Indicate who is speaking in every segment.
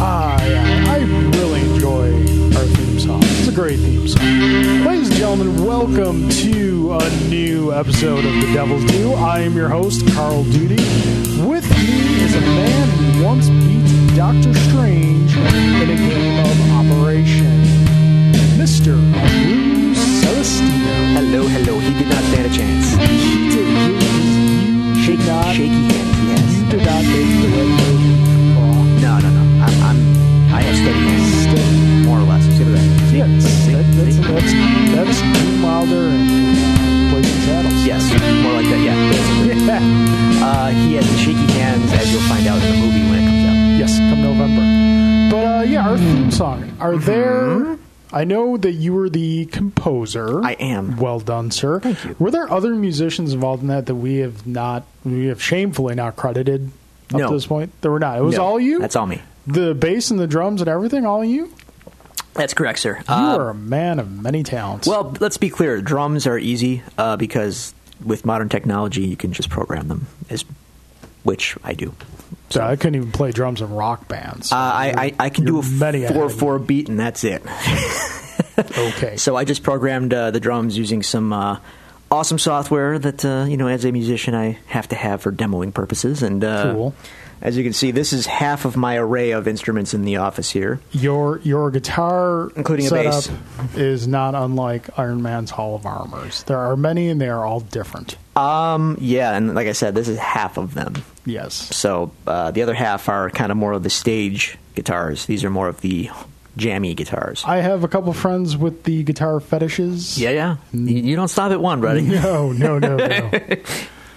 Speaker 1: Ah, Welcome to a new episode of The Devil's Due. I am your host, Carl Duty. With me is a man who once beat Doctor Strange in a game of Operation, Mr. Lou Celestino.
Speaker 2: Hello, hello. He did not stand a chance.
Speaker 1: He did, you, you
Speaker 2: Shaky,
Speaker 1: did not,
Speaker 2: shaky
Speaker 1: you
Speaker 2: hands.
Speaker 1: did not make the right move.
Speaker 2: Yes. No, no, no. I'm, I'm. I have steady hands,
Speaker 1: Still,
Speaker 2: more or less. See what I- see?
Speaker 1: yeah,
Speaker 2: See?
Speaker 1: that, that's,
Speaker 2: See?
Speaker 1: that's, that's Gene Wilder and Blazing Saddles.
Speaker 2: Yes, more like that. Yeah. basically.
Speaker 1: Yeah.
Speaker 2: Uh, he has shaky hands, as you'll find out in the movie when it comes out.
Speaker 1: Yes, come November. But uh, yeah, our
Speaker 2: Mm-hmm.
Speaker 1: theme song. Are there? I know that you were the composer.
Speaker 2: I am.
Speaker 1: Well done, sir. Thank
Speaker 2: you.
Speaker 1: Were there other musicians involved in that that we have not, we have shamefully not credited up
Speaker 2: No.
Speaker 1: to this point? There were not. It was
Speaker 2: No,
Speaker 1: all you.
Speaker 2: That's all me.
Speaker 1: The bass and the drums and everything, all you. You
Speaker 2: That's correct, sir. Uh,
Speaker 1: are a man of many talents.
Speaker 2: well, let's be clear. Drums are easy uh, because with modern technology, you can just program them, as which I do.
Speaker 1: so I couldn't even play drums in rock bands.
Speaker 2: Uh, I, I I can do
Speaker 1: You're
Speaker 2: a
Speaker 1: many ahead
Speaker 2: four
Speaker 1: of me.
Speaker 2: four beat, and that's it.
Speaker 1: okay.
Speaker 2: So I just programmed uh, the drums using some uh, awesome software that uh, you know, as a musician, I have to have for demoing purposes. And uh,
Speaker 1: Cool.
Speaker 2: as you can see, this is half of my array of instruments in the office here.
Speaker 1: Your your guitar
Speaker 2: Including a
Speaker 1: setup
Speaker 2: bass.
Speaker 1: is not unlike Iron Man's Hall of Armors. There are many, and they are all different.
Speaker 2: Um, yeah, and like I said, this is half of them.
Speaker 1: Yes,
Speaker 2: So uh, the other half are kind of more of the stage guitars. These are more of the jammy guitars.
Speaker 1: I have a couple friends with the guitar fetishes.
Speaker 2: yeah, yeah. You, you don't stop at one, buddy.
Speaker 1: No, no, no, no.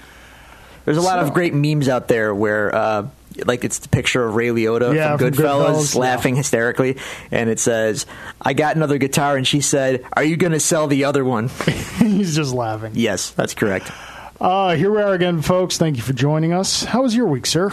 Speaker 2: There's a lot
Speaker 1: So-
Speaker 2: of great memes out there where, uh, like, it's the picture of Ray Liotta
Speaker 1: Yeah,
Speaker 2: from,
Speaker 1: from
Speaker 2: Goodfellas,
Speaker 1: Goodfellas, yeah.
Speaker 2: laughing hysterically, and it says, "I got another guitar," and she said, "Are you going to sell the other one?"
Speaker 1: He's just laughing.
Speaker 2: yes, that's correct.
Speaker 1: Uh, here we are again, folks. Thank you for joining us. How was your week, sir?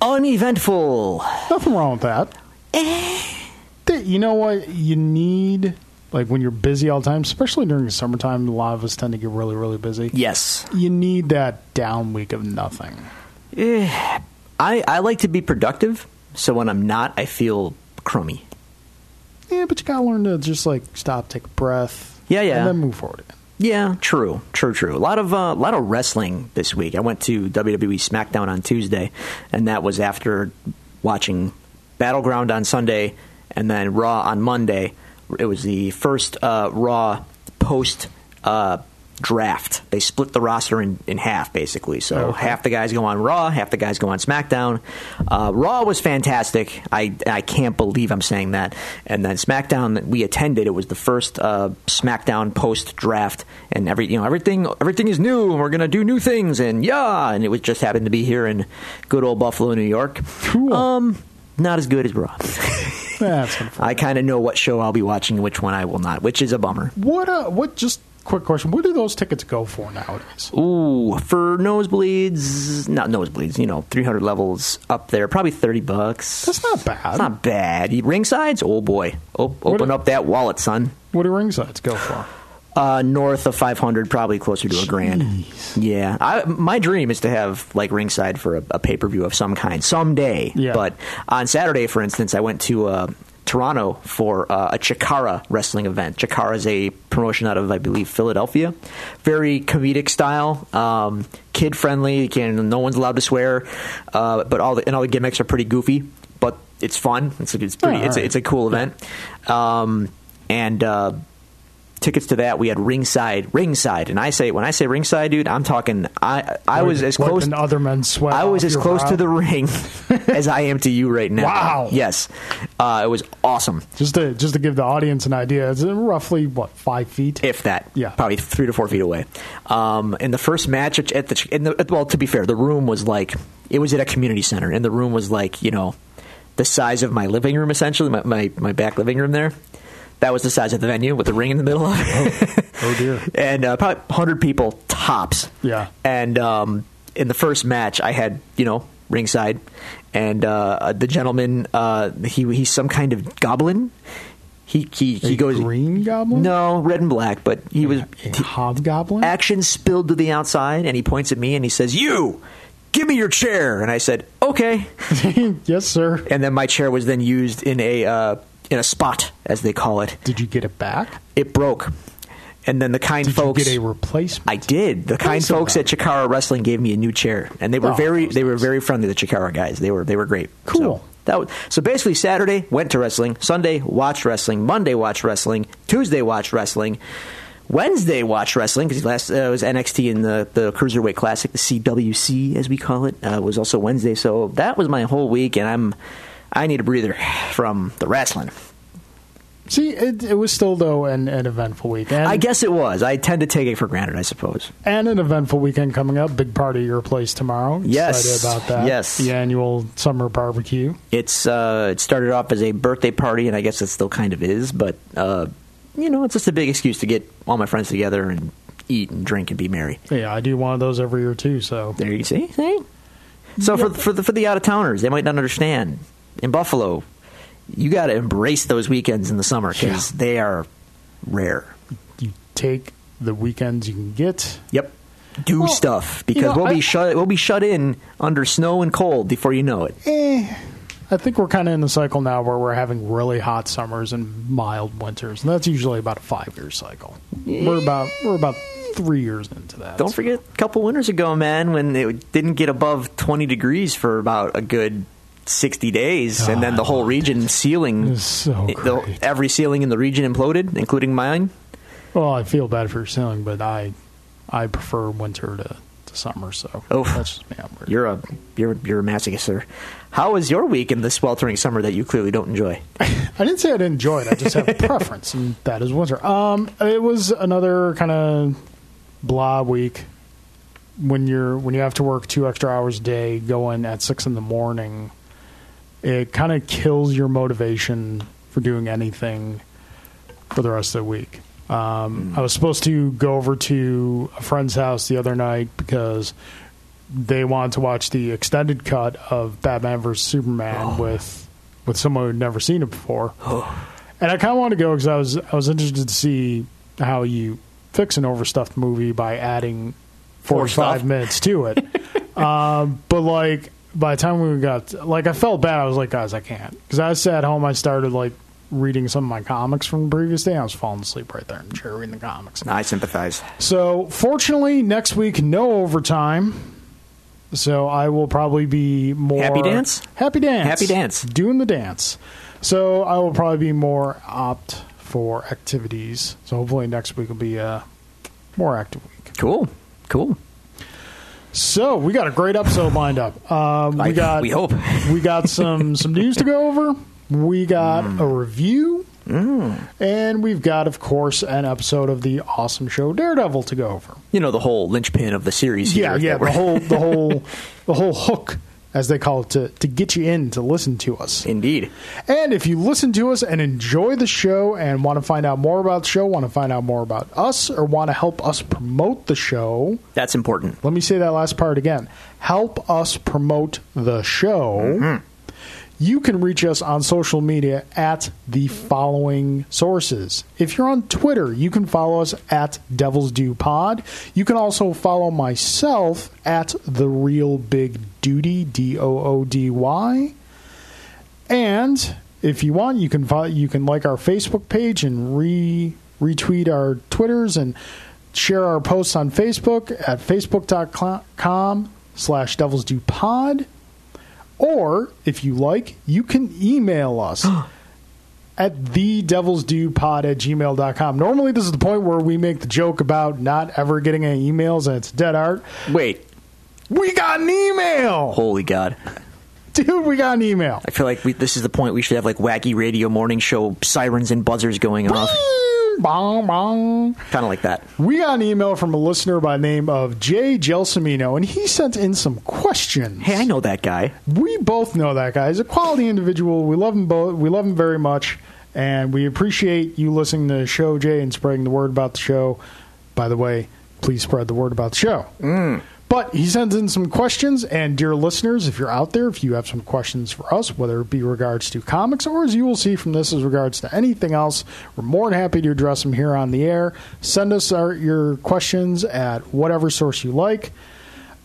Speaker 2: Uneventful.
Speaker 1: Nothing wrong with that. Th- you know what? You need like when you're busy all the time, especially during the summertime. A lot of us tend to get really, really busy.
Speaker 2: Yes,
Speaker 1: You need that down week of nothing.
Speaker 2: Eh, I I like to be productive, so when I'm not, I feel crummy.
Speaker 1: Yeah, but you gotta learn to just like stop, take a breath.
Speaker 2: Yeah, yeah.
Speaker 1: And then move forward.
Speaker 2: Yeah, true, true, true. A lot of uh, a lot of wrestling this week. I went to WWE SmackDown on Tuesday, and that was after watching Battleground on Sunday and then Raw on Monday. It was the first uh, Raw post uh, draft. They split the roster in, in half, basically. So
Speaker 1: Okay.
Speaker 2: half the guys go on Raw, half the guys go on SmackDown. Uh, Raw was fantastic. I I can't believe I'm saying that. And then SmackDown that we attended, it was the first uh, SmackDown post draft, and every you know everything everything is new, and we're gonna do new things, and yeah, and it was just happened to be here in good old Buffalo, New York.
Speaker 1: Cool.
Speaker 2: Um, not as good as Raw.
Speaker 1: That's unfortunate.
Speaker 2: I kind of know what show I'll be watching, and which one I will not, which is a bummer.
Speaker 1: What? Uh, what? Just quick question. What do those tickets go for nowadays?
Speaker 2: Ooh, for nosebleeds, not nosebleeds, you know, 300 levels up there, probably 30 bucks.
Speaker 1: That's not bad.
Speaker 2: It's not bad. You- Ringsides? Oh boy. O- open
Speaker 1: do-
Speaker 2: up that wallet, son.
Speaker 1: What do ringsides go for?
Speaker 2: Uh, north of 500, probably closer to a grand. Yeah. I, my dream is to have like ringside for a, a pay per view of some kind someday.
Speaker 1: Yeah.
Speaker 2: But on Saturday, for instance, I went to uh, Toronto for uh, a Chikara wrestling event. Chikara is a promotion out of, I believe, Philadelphia. Very comedic style, um, kid friendly. You can no one's allowed to swear, uh, but all the and all the gimmicks are pretty goofy. But it's fun. It's it's pretty.
Speaker 1: Oh,
Speaker 2: it's, a,
Speaker 1: alright.
Speaker 2: it's a cool event. Um, and uh, tickets to that we had ringside, ringside. And I say when I say ringside, dude, I'm talking. I I was as
Speaker 1: Wiping
Speaker 2: close.
Speaker 1: other men's sweat.
Speaker 2: I was
Speaker 1: off
Speaker 2: as
Speaker 1: your
Speaker 2: close
Speaker 1: brow.
Speaker 2: to the ring as I am to you right now.
Speaker 1: Wow.
Speaker 2: Yes, uh, it was awesome.
Speaker 1: Just to just to give the audience an idea, it's roughly what five feet.
Speaker 2: If that,
Speaker 1: Yeah.
Speaker 2: probably three to four feet away. Um, in the first match at at the, in the well, to be fair, the room was like it was at a community center, and the room was like you know the size of my living room essentially, my my, my back living room there. That was the size of the venue with the ring in the middle of it.
Speaker 1: oh dear.
Speaker 2: and uh, probably 100 people tops.
Speaker 1: Yeah.
Speaker 2: And um, in the first match, I had you know ringside, and uh, the gentleman uh, he he's some kind of goblin. He he, he
Speaker 1: A
Speaker 2: goes
Speaker 1: green goblin?
Speaker 2: No, red and black, but he was
Speaker 1: A hobgoblin.
Speaker 2: action spilled to the outside, and he points at me and he says, "You." Give me your chair, and I said, "Okay."
Speaker 1: yes, sir.
Speaker 2: And then my chair was then used in a uh, in a spot, as they call it.
Speaker 1: Did you get it back?
Speaker 2: It broke, and then the kind
Speaker 1: Did
Speaker 2: folks.
Speaker 1: you get a replacement?
Speaker 2: I did. The kind
Speaker 1: so
Speaker 2: folks
Speaker 1: proud.
Speaker 2: at Chikara Wrestling gave me a new chair, and they were
Speaker 1: Oh,
Speaker 2: very
Speaker 1: that was
Speaker 2: they were
Speaker 1: nice.
Speaker 2: very friendly. The Chikara guys, they were they were great.
Speaker 1: Cool.
Speaker 2: So, that was, so basically, Saturday went to wrestling. Sunday watched wrestling. Monday watched wrestling. Tuesday watched wrestling. Wednesday watched wrestling because last uh, was NXT in the the cruiserweight classic, the CWC as we call it, uh, was also Wednesday. So that was my whole week, and I'm I need a breather from the wrestling.
Speaker 1: See, it, it was still though an, an eventful weekend.
Speaker 2: I guess it was. I tend to take it for granted, I suppose.
Speaker 1: and an eventful weekend coming up. Big party at your place tomorrow.
Speaker 2: Yes.
Speaker 1: Excited about that.
Speaker 2: Yes.
Speaker 1: the annual summer barbecue.
Speaker 2: It's uh, it started off as a birthday party, and I guess it still kind of is, but uh, you know, it's just a big excuse to get all my friends together and eat and drink and be merry.
Speaker 1: Yeah, I do one of those every year too. So
Speaker 2: There you see. see? So for for the, for the out of towners, they might not understand. In Buffalo, you got to embrace those weekends in the summer because
Speaker 1: Yeah.
Speaker 2: they are rare.
Speaker 1: you take the weekends you can get.
Speaker 2: Yep. Do
Speaker 1: Well,
Speaker 2: stuff
Speaker 1: you
Speaker 2: because
Speaker 1: know,
Speaker 2: we'll
Speaker 1: I-
Speaker 2: be shut we'll be shut in under snow and cold before you know it.
Speaker 1: I think we're kind of in the cycle now where we're having really hot summers and mild winters, and that's usually about a five-year cycle. We're about we're about three years into that.
Speaker 2: Don't forget, a couple winters ago, man, when it didn't get above 20 degrees for about a good 60 days, and then
Speaker 1: God,
Speaker 2: the whole region ceiling,
Speaker 1: It was so
Speaker 2: it- the-
Speaker 1: great.
Speaker 2: every ceiling in the region imploded, including mine.
Speaker 1: Well, I feel bad for your ceiling, but I I prefer winter to, to summer. So
Speaker 2: Oof.
Speaker 1: that's just me. I'm weird.
Speaker 2: You're a you're you're a masochist, sir. How was your week in this sweltering summer that you clearly don't enjoy?
Speaker 1: I didn't say I didn't enjoy it. I just have a preference, and that is winter. Um, it was another kind of blah week. When you're when you have to work two extra hours a day, going at six in the morning, it kind of kills your motivation for doing anything for the rest of the week. Um, I was supposed to go over to a friend's house the other night because they wanted to watch the extended cut of Batman vs Superman with with someone who'd never seen it before, and I kind of wanted to go because I was I was interested to see how you fix an overstuffed movie by adding four or
Speaker 2: Overstuffed?
Speaker 1: five minutes to it. um, but like by the time we got like I felt bad. I was like, guys, I can't because I sat home. I started like reading some of my comics from the previous day. I was falling asleep right there in the chair reading the comics.
Speaker 2: I sympathize.
Speaker 1: So, fortunately, next week no overtime. So I will probably be more
Speaker 2: Happy dance?
Speaker 1: happy dance,
Speaker 2: Happy dance.
Speaker 1: doing the dance. So I will probably be more opt for activities. So hopefully next week will be a more active week.
Speaker 2: Cool, cool.
Speaker 1: So we got a great episode lined up. Um,
Speaker 2: I-
Speaker 1: we got
Speaker 2: we hope.
Speaker 1: we got some some news to go over. We got a review, and we've got, of course, an episode of the awesome show Daredevil to go over.
Speaker 2: You know the whole linchpin of the series.
Speaker 1: yeah,
Speaker 2: here
Speaker 1: yeah,
Speaker 2: that we're-
Speaker 1: the whole the whole the whole hook as they call it to to get you in to listen to us.
Speaker 2: Indeed.
Speaker 1: And if you listen to us and enjoy the show and want to find out more about the show, want to find out more about us or want to help us promote the show,
Speaker 2: That's important.
Speaker 1: let me say that last part again. Help us promote the show. You can reach us on social media at the following sources. If you're on Twitter, you can follow us at Devil's Due Pod. You can also follow myself at the Real Big Duty D O O D Y. And if you want, you can follow, you can like our Facebook page and re retweet our Twitters and share our posts on Facebook at facebook.com slash devils do pod. Or if you like, you can email us at the devils do pod at gmail.com. Normally this is the point where we make the joke about not ever getting any emails and it's dead art.
Speaker 2: Wait,
Speaker 1: We got an email.
Speaker 2: holy God!
Speaker 1: Dude, we got an email.
Speaker 2: I feel like we, this is the point we should have like wacky radio morning show sirens and buzzers going off,
Speaker 1: Bong, bong.
Speaker 2: kind of like that.
Speaker 1: We got an email from a listener by the name of Jay Gelsomino, and he sent in some questions.
Speaker 2: Hey, I know that guy.
Speaker 1: We both know that guy. He's a quality individual. We love him both. We love him very much, and we appreciate you listening to the show, Jay, and spreading the word about the show. By the way, please spread the word about the show.
Speaker 2: Mm.
Speaker 1: But he sends in some questions, and dear listeners, if you're out there, if you have some questions for us, whether it be regards to comics or as you will see from this as regards to anything else, we're more than happy to address them here on the air. Send us our, your questions at whatever source you like.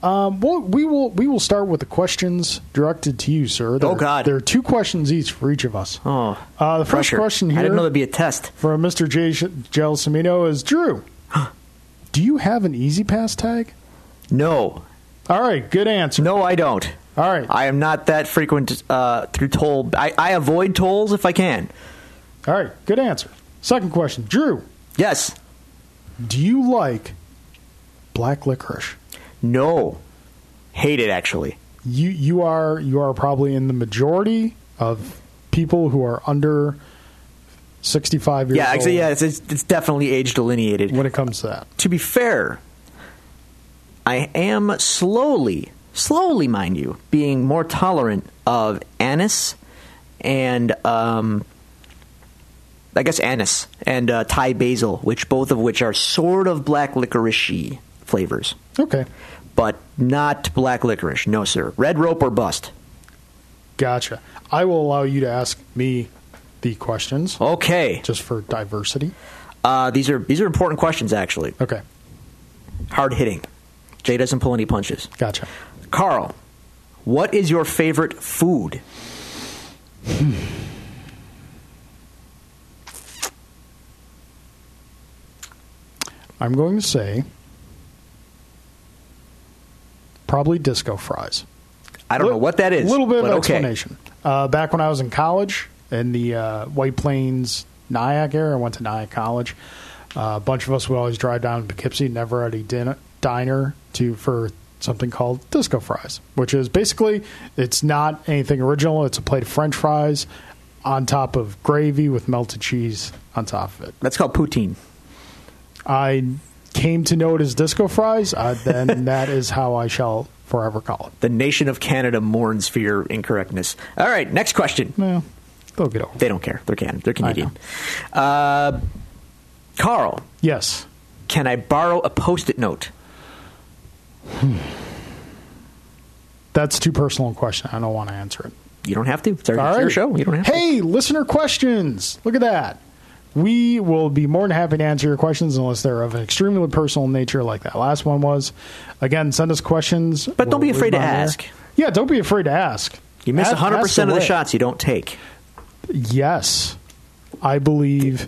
Speaker 1: Um, well, we will we will start with the questions directed to you, sir. There,
Speaker 2: Oh, God.
Speaker 1: There are two questions each for each of us.
Speaker 2: Oh,
Speaker 1: Uh, the first
Speaker 2: pressure.
Speaker 1: question here
Speaker 2: I didn't know there'd be a test.
Speaker 1: from Mr. J. Gelsomino is Drew. do you have an Easy Pass tag?
Speaker 2: No,
Speaker 1: All right, good answer.
Speaker 2: no, I don't.
Speaker 1: All right,
Speaker 2: I am not that frequent uh, through toll. I, I avoid tolls if I can.
Speaker 1: all right, good answer. Second question, Drew.
Speaker 2: Yes.
Speaker 1: Do you like black licorice?
Speaker 2: No. Hate it actually.
Speaker 1: You you are you are probably in the majority of people who are under sixty five years
Speaker 2: Yeah,
Speaker 1: old.
Speaker 2: actually, yeah, it's, it's, it's definitely age delineated.
Speaker 1: When it comes to that,
Speaker 2: to be fair, I am slowly, slowly, mind you, being more tolerant of anise and, um, I guess anise and uh, Thai basil, which both of which are sort of black licorice flavors,
Speaker 1: okay,
Speaker 2: but not black licorice. No, sir. Red rope or bust.
Speaker 1: gotcha. I will allow you to ask me the questions
Speaker 2: Okay,
Speaker 1: just for diversity.
Speaker 2: uh, these are these are important questions. Actually,
Speaker 1: Okay,
Speaker 2: hard hitting. Jay doesn't pull any punches.
Speaker 1: gotcha.
Speaker 2: Carl, what is your favorite food?
Speaker 1: I'm going to say probably disco fries.
Speaker 2: I don't know what that is.
Speaker 1: A little bit of
Speaker 2: but okay.
Speaker 1: explanation. Uh, back when I was in college in the uh, White Plains, Nyack area, I went to Nyack College. Uh, a bunch of us would always drive down to Poughkeepsie, never at a din- diner to for something called disco fries, which is basically it's not anything original. It's a plate of French fries on top of gravy with melted cheese on top of it.
Speaker 2: That's called poutine.
Speaker 1: I came to know it as disco fries. Uh, then that is how I shall forever call it.
Speaker 2: The nation of Canada mourns for your incorrectness. All right, next question.
Speaker 1: Well, they'll get over. it.
Speaker 2: They don't care. They're Canadian. They're
Speaker 1: I know.
Speaker 2: Canadian. Uh, Carl,
Speaker 1: Yes.
Speaker 2: can I borrow a post-it note?
Speaker 1: That's too personal a question. I don't want to answer it.
Speaker 2: You don't have to. It's, our, it's your show. You don't have to.
Speaker 1: hey, listener questions. Look at that. We will be more than happy to answer your questions unless they're of an extremely personal nature, like that last one was. Again, send us questions.
Speaker 2: But don't be
Speaker 1: We'll
Speaker 2: afraid
Speaker 1: read
Speaker 2: to
Speaker 1: them on
Speaker 2: ask.
Speaker 1: air. Yeah, don't be afraid to ask.
Speaker 2: You miss
Speaker 1: Ask-
Speaker 2: 100%
Speaker 1: ask
Speaker 2: of the
Speaker 1: away.
Speaker 2: shots you don't take.
Speaker 1: Yes. I believe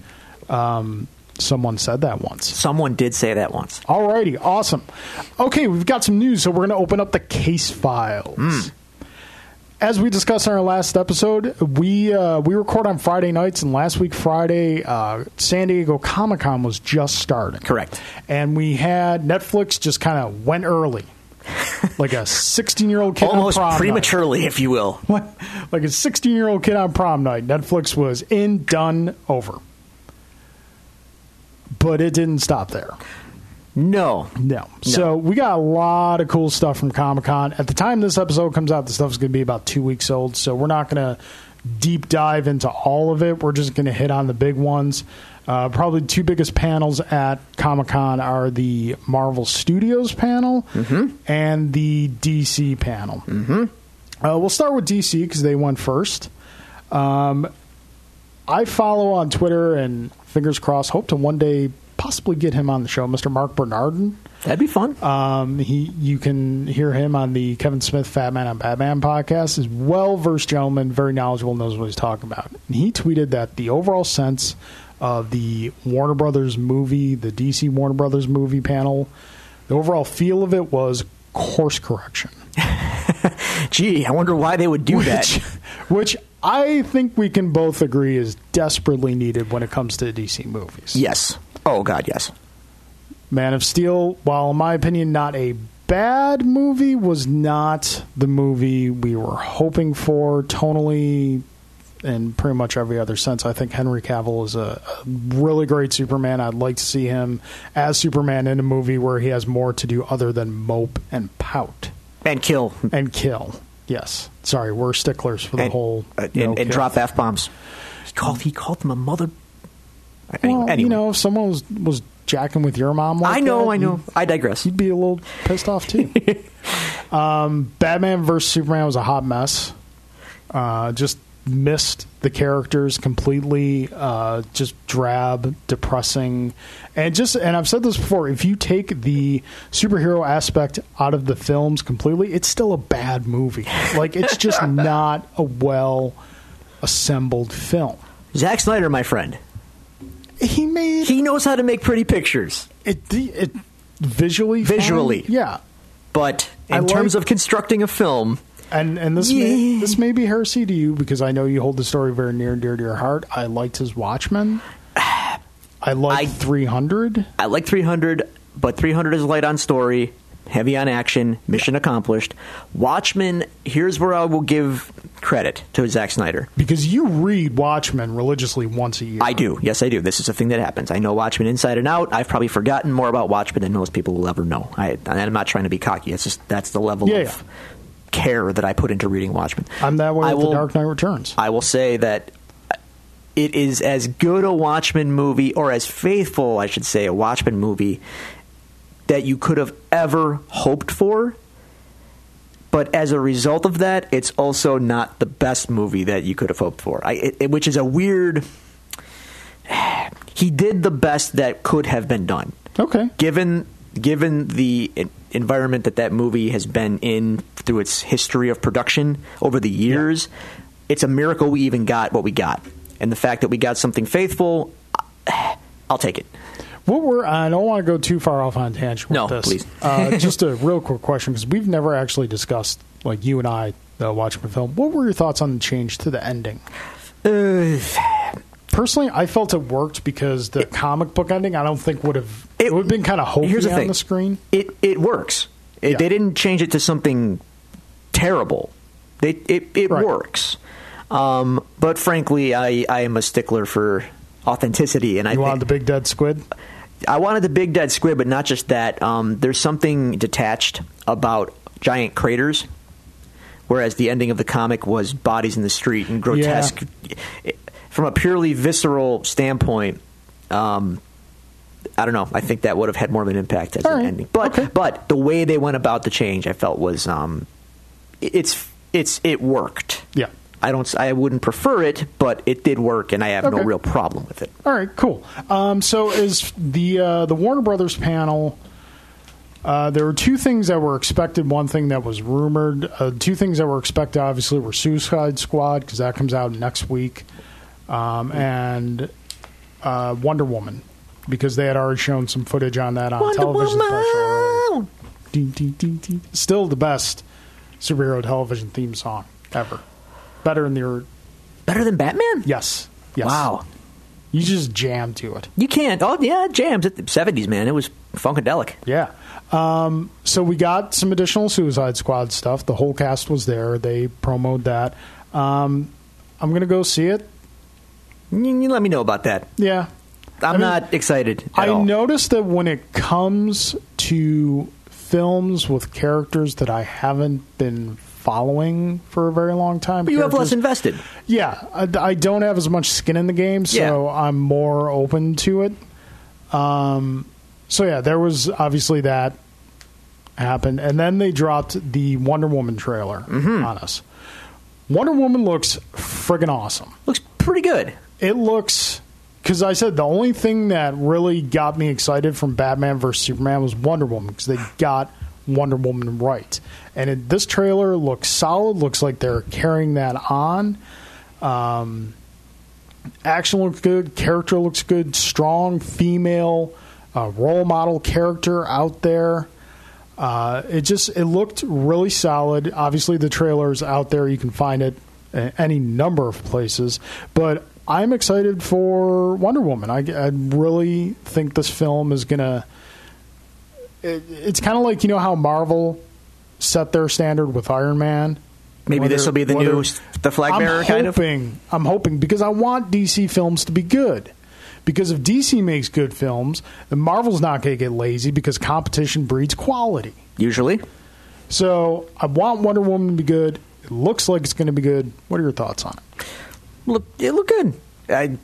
Speaker 1: um, someone said that once.
Speaker 2: Someone did say that once.
Speaker 1: Alrighty, awesome. Okay, we've got some news, so we're going to open up the case files.
Speaker 2: Hmm.
Speaker 1: As we discussed in our last episode, we uh, we record on Friday nights, and last week Friday, uh, San Diego Comic Con was just starting.
Speaker 2: Correct.
Speaker 1: and we had Netflix just kind of went early, like a sixteen year old kid on
Speaker 2: Almost
Speaker 1: prom night.
Speaker 2: prematurely, if you will.
Speaker 1: like, like a 16 year old kid on prom night. Netflix was in, done, over. But it didn't stop there.
Speaker 2: No.
Speaker 1: No. So we got a lot of cool stuff from Comic Con. At the time this episode comes out, the stuff's going to be about two weeks old. So we're not going to deep dive into all of it. We're just going to hit on the big ones. Uh, probably the two biggest panels at Comic Con are the Marvel Studios panel and the DC panel. Mm-hmm. Uh, we'll start with DC because they went first. Um, I follow on Twitter and fingers crossed, hope to one day possibly get him on the show, Mr. Mark Bernardin.
Speaker 2: That'd be fun.
Speaker 1: Um, he, you can hear him on the Kevin Smith Fat Man on Batman podcast. Is well versed gentleman, very knowledgeable, knows what he's talking about. And he tweeted that the overall sense of the Warner Brothers movie, the DC Warner Brothers movie panel, the overall feel of it was course correction.
Speaker 2: Gee, I wonder why they would do
Speaker 1: Which,
Speaker 2: that.
Speaker 1: which I think we can both agree is desperately needed when it comes to DC movies.
Speaker 2: Yes. Oh, God, yes.
Speaker 1: Man of Steel, while in my opinion not a bad movie, was not the movie we were hoping for tonally in pretty much every other sense. I think Henry Cavill is a, a really great Superman. I'd like to see him as Superman in a movie where he has more to do other than mope and pout
Speaker 2: And kill.
Speaker 1: and kill. Yes. Sorry, we're sticklers for the whole
Speaker 2: uh, and,
Speaker 1: no
Speaker 2: and
Speaker 1: kill.
Speaker 2: drop f bombs. He called he called them a mother. Anyway,
Speaker 1: Well,
Speaker 2: anyway.
Speaker 1: you know, if someone was, was jacking with your mom, like
Speaker 2: I know,
Speaker 1: that, mm,
Speaker 2: I know.
Speaker 1: you-
Speaker 2: I digress.
Speaker 1: you'd be a little pissed off too. um, Batman versus Superman was a hot mess. Uh, just missed the characters completely uh, just drab depressing and just and i've said this before if you take the superhero aspect out of the films completely it's still a bad movie like it's just not a well assembled film
Speaker 2: Zack Snyder, my friend,
Speaker 1: he made
Speaker 2: he knows how to make pretty pictures,
Speaker 1: it, it visually fine.
Speaker 2: Visually.
Speaker 1: yeah
Speaker 2: but in
Speaker 1: I like-
Speaker 2: terms of constructing a film,
Speaker 1: And and this may,
Speaker 2: Yeah.
Speaker 1: this may be heresy to you because I know you hold the story very near and dear to your heart. I liked his Watchmen. I liked
Speaker 2: I-
Speaker 1: 300.
Speaker 2: I like 300, but 300 is light on story, heavy on action, mission accomplished. Watchmen, here's where I will give credit to Zack Snyder.
Speaker 1: Because you read Watchmen religiously once a year.
Speaker 2: I do. Yes, I do. This is a thing that happens. I know Watchmen inside and out. I've probably forgotten more about Watchmen than most people will ever know. I, and I'm not trying to be cocky. It's just that's the level
Speaker 1: Yeah,
Speaker 2: of
Speaker 1: yeah.
Speaker 2: care that I put into reading Watchmen.
Speaker 1: I'm that way
Speaker 2: I
Speaker 1: with
Speaker 2: will-
Speaker 1: The Dark Knight Returns.
Speaker 2: I will say that it is as good a Watchmen movie, or as faithful, I should say, a Watchmen movie that you could have ever hoped for. But as a result of that, it's also not the best movie that you could have hoped for. I, it, it- which is a weird. He did the best that could have been done
Speaker 1: okay.
Speaker 2: given given the en- environment that that movie has been in through its history of production over the years, it's a miracle we even got what we got. And the fact that we got something faithful, uh, I'll take it.
Speaker 1: What were I don't want to go too far off on a tangent with
Speaker 2: No,
Speaker 1: this.
Speaker 2: please.
Speaker 1: uh, just a real quick question because we've never actually discussed like you and I the Watchmen film. What were your thoughts on the change to the ending?
Speaker 2: Uh,
Speaker 1: Personally, I felt it worked because the comic book ending I don't think would have it, would have been kind of hokey
Speaker 2: here's the
Speaker 1: on
Speaker 2: thing.
Speaker 1: the screen.
Speaker 2: It it works. It,
Speaker 1: Yeah.
Speaker 2: They didn't change it to something terrible. They it it
Speaker 1: Right.
Speaker 2: works. Um, but frankly, I, I am a stickler for authenticity, and I
Speaker 1: You
Speaker 2: think,
Speaker 1: wanted the big dead squid.
Speaker 2: I wanted the big dead squid, but not just that. Um, there's something detached about giant craters, whereas the ending of the comic was bodies in the street and grotesque. From a purely visceral standpoint, um, I don't know. I think that would have had more of an impact as
Speaker 1: All
Speaker 2: an
Speaker 1: right.
Speaker 2: ending. But
Speaker 1: Okay.
Speaker 2: but the way they went about the change, I felt was um, it- it's it's it worked.
Speaker 1: Yeah.
Speaker 2: I don't. s- I wouldn't prefer it, but it did work, and I have
Speaker 1: Okay.
Speaker 2: no real problem with it.
Speaker 1: All right, cool. Um, so is the uh, the Warner Brothers panel? Uh, there were two things that were expected. One thing that was rumored. Uh, two things that were expected, obviously, were Suicide Squad because that comes out next week, um, and uh, Wonder Woman because they had already shown some footage on that on television special. earlier. Ding, ding, ding, ding. Still the best superhero television theme song ever. Better than the
Speaker 2: Better than Batman?
Speaker 1: yes, yes.
Speaker 2: Wow.
Speaker 1: you just jam to it.
Speaker 2: You can't. Oh, yeah, jams at the 70s, man. It was funkadelic.
Speaker 1: Yeah. Um, so we got some additional Suicide Squad stuff. The whole cast was there. They promoted that. Um, I'm going to go see it.
Speaker 2: You, you let me know about that.
Speaker 1: Yeah.
Speaker 2: I'm
Speaker 1: I mean,
Speaker 2: not excited at
Speaker 1: I
Speaker 2: all.
Speaker 1: noticed that when it comes to films with characters that I haven't been following for a very long time,
Speaker 2: But you have less
Speaker 1: characters-
Speaker 2: invested.
Speaker 1: Yeah, I, I don't have as much skin in the game, so
Speaker 2: Yeah.
Speaker 1: I'm more open to it. Um, so yeah, there was obviously that happened, and then they dropped the Wonder Woman trailer on us. Wonder Woman looks friggin' awesome.
Speaker 2: Looks pretty good.
Speaker 1: It looks because I said the only thing that really got me excited from Batman vs Superman was Wonder Woman because they got Wonder Woman right, and it, this trailer looks solid. Looks like they're carrying that on Um, action looks good, character looks good, strong female uh, role model character out there. Uh, it just it looked really solid. Obviously, the trailer's out there; you can find it a- any number of places. But I'm excited for Wonder Woman. I, I really think this film is gonna. It, it's kind of like you know how Marvel set their standard with Iron Man.
Speaker 2: Maybe
Speaker 1: Whether-
Speaker 2: this will be the new,
Speaker 1: whether-
Speaker 2: s- the flag
Speaker 1: I'm
Speaker 2: bearer kind of.
Speaker 1: hoping, I'm hoping because I want DC films to be good. Because if DC makes good films, then Marvel's not going to get lazy because competition breeds quality.
Speaker 2: Usually.
Speaker 1: So I want Wonder Woman to be good. It looks like it's going to be good. What are your thoughts on it?
Speaker 2: Look, it looked good. I,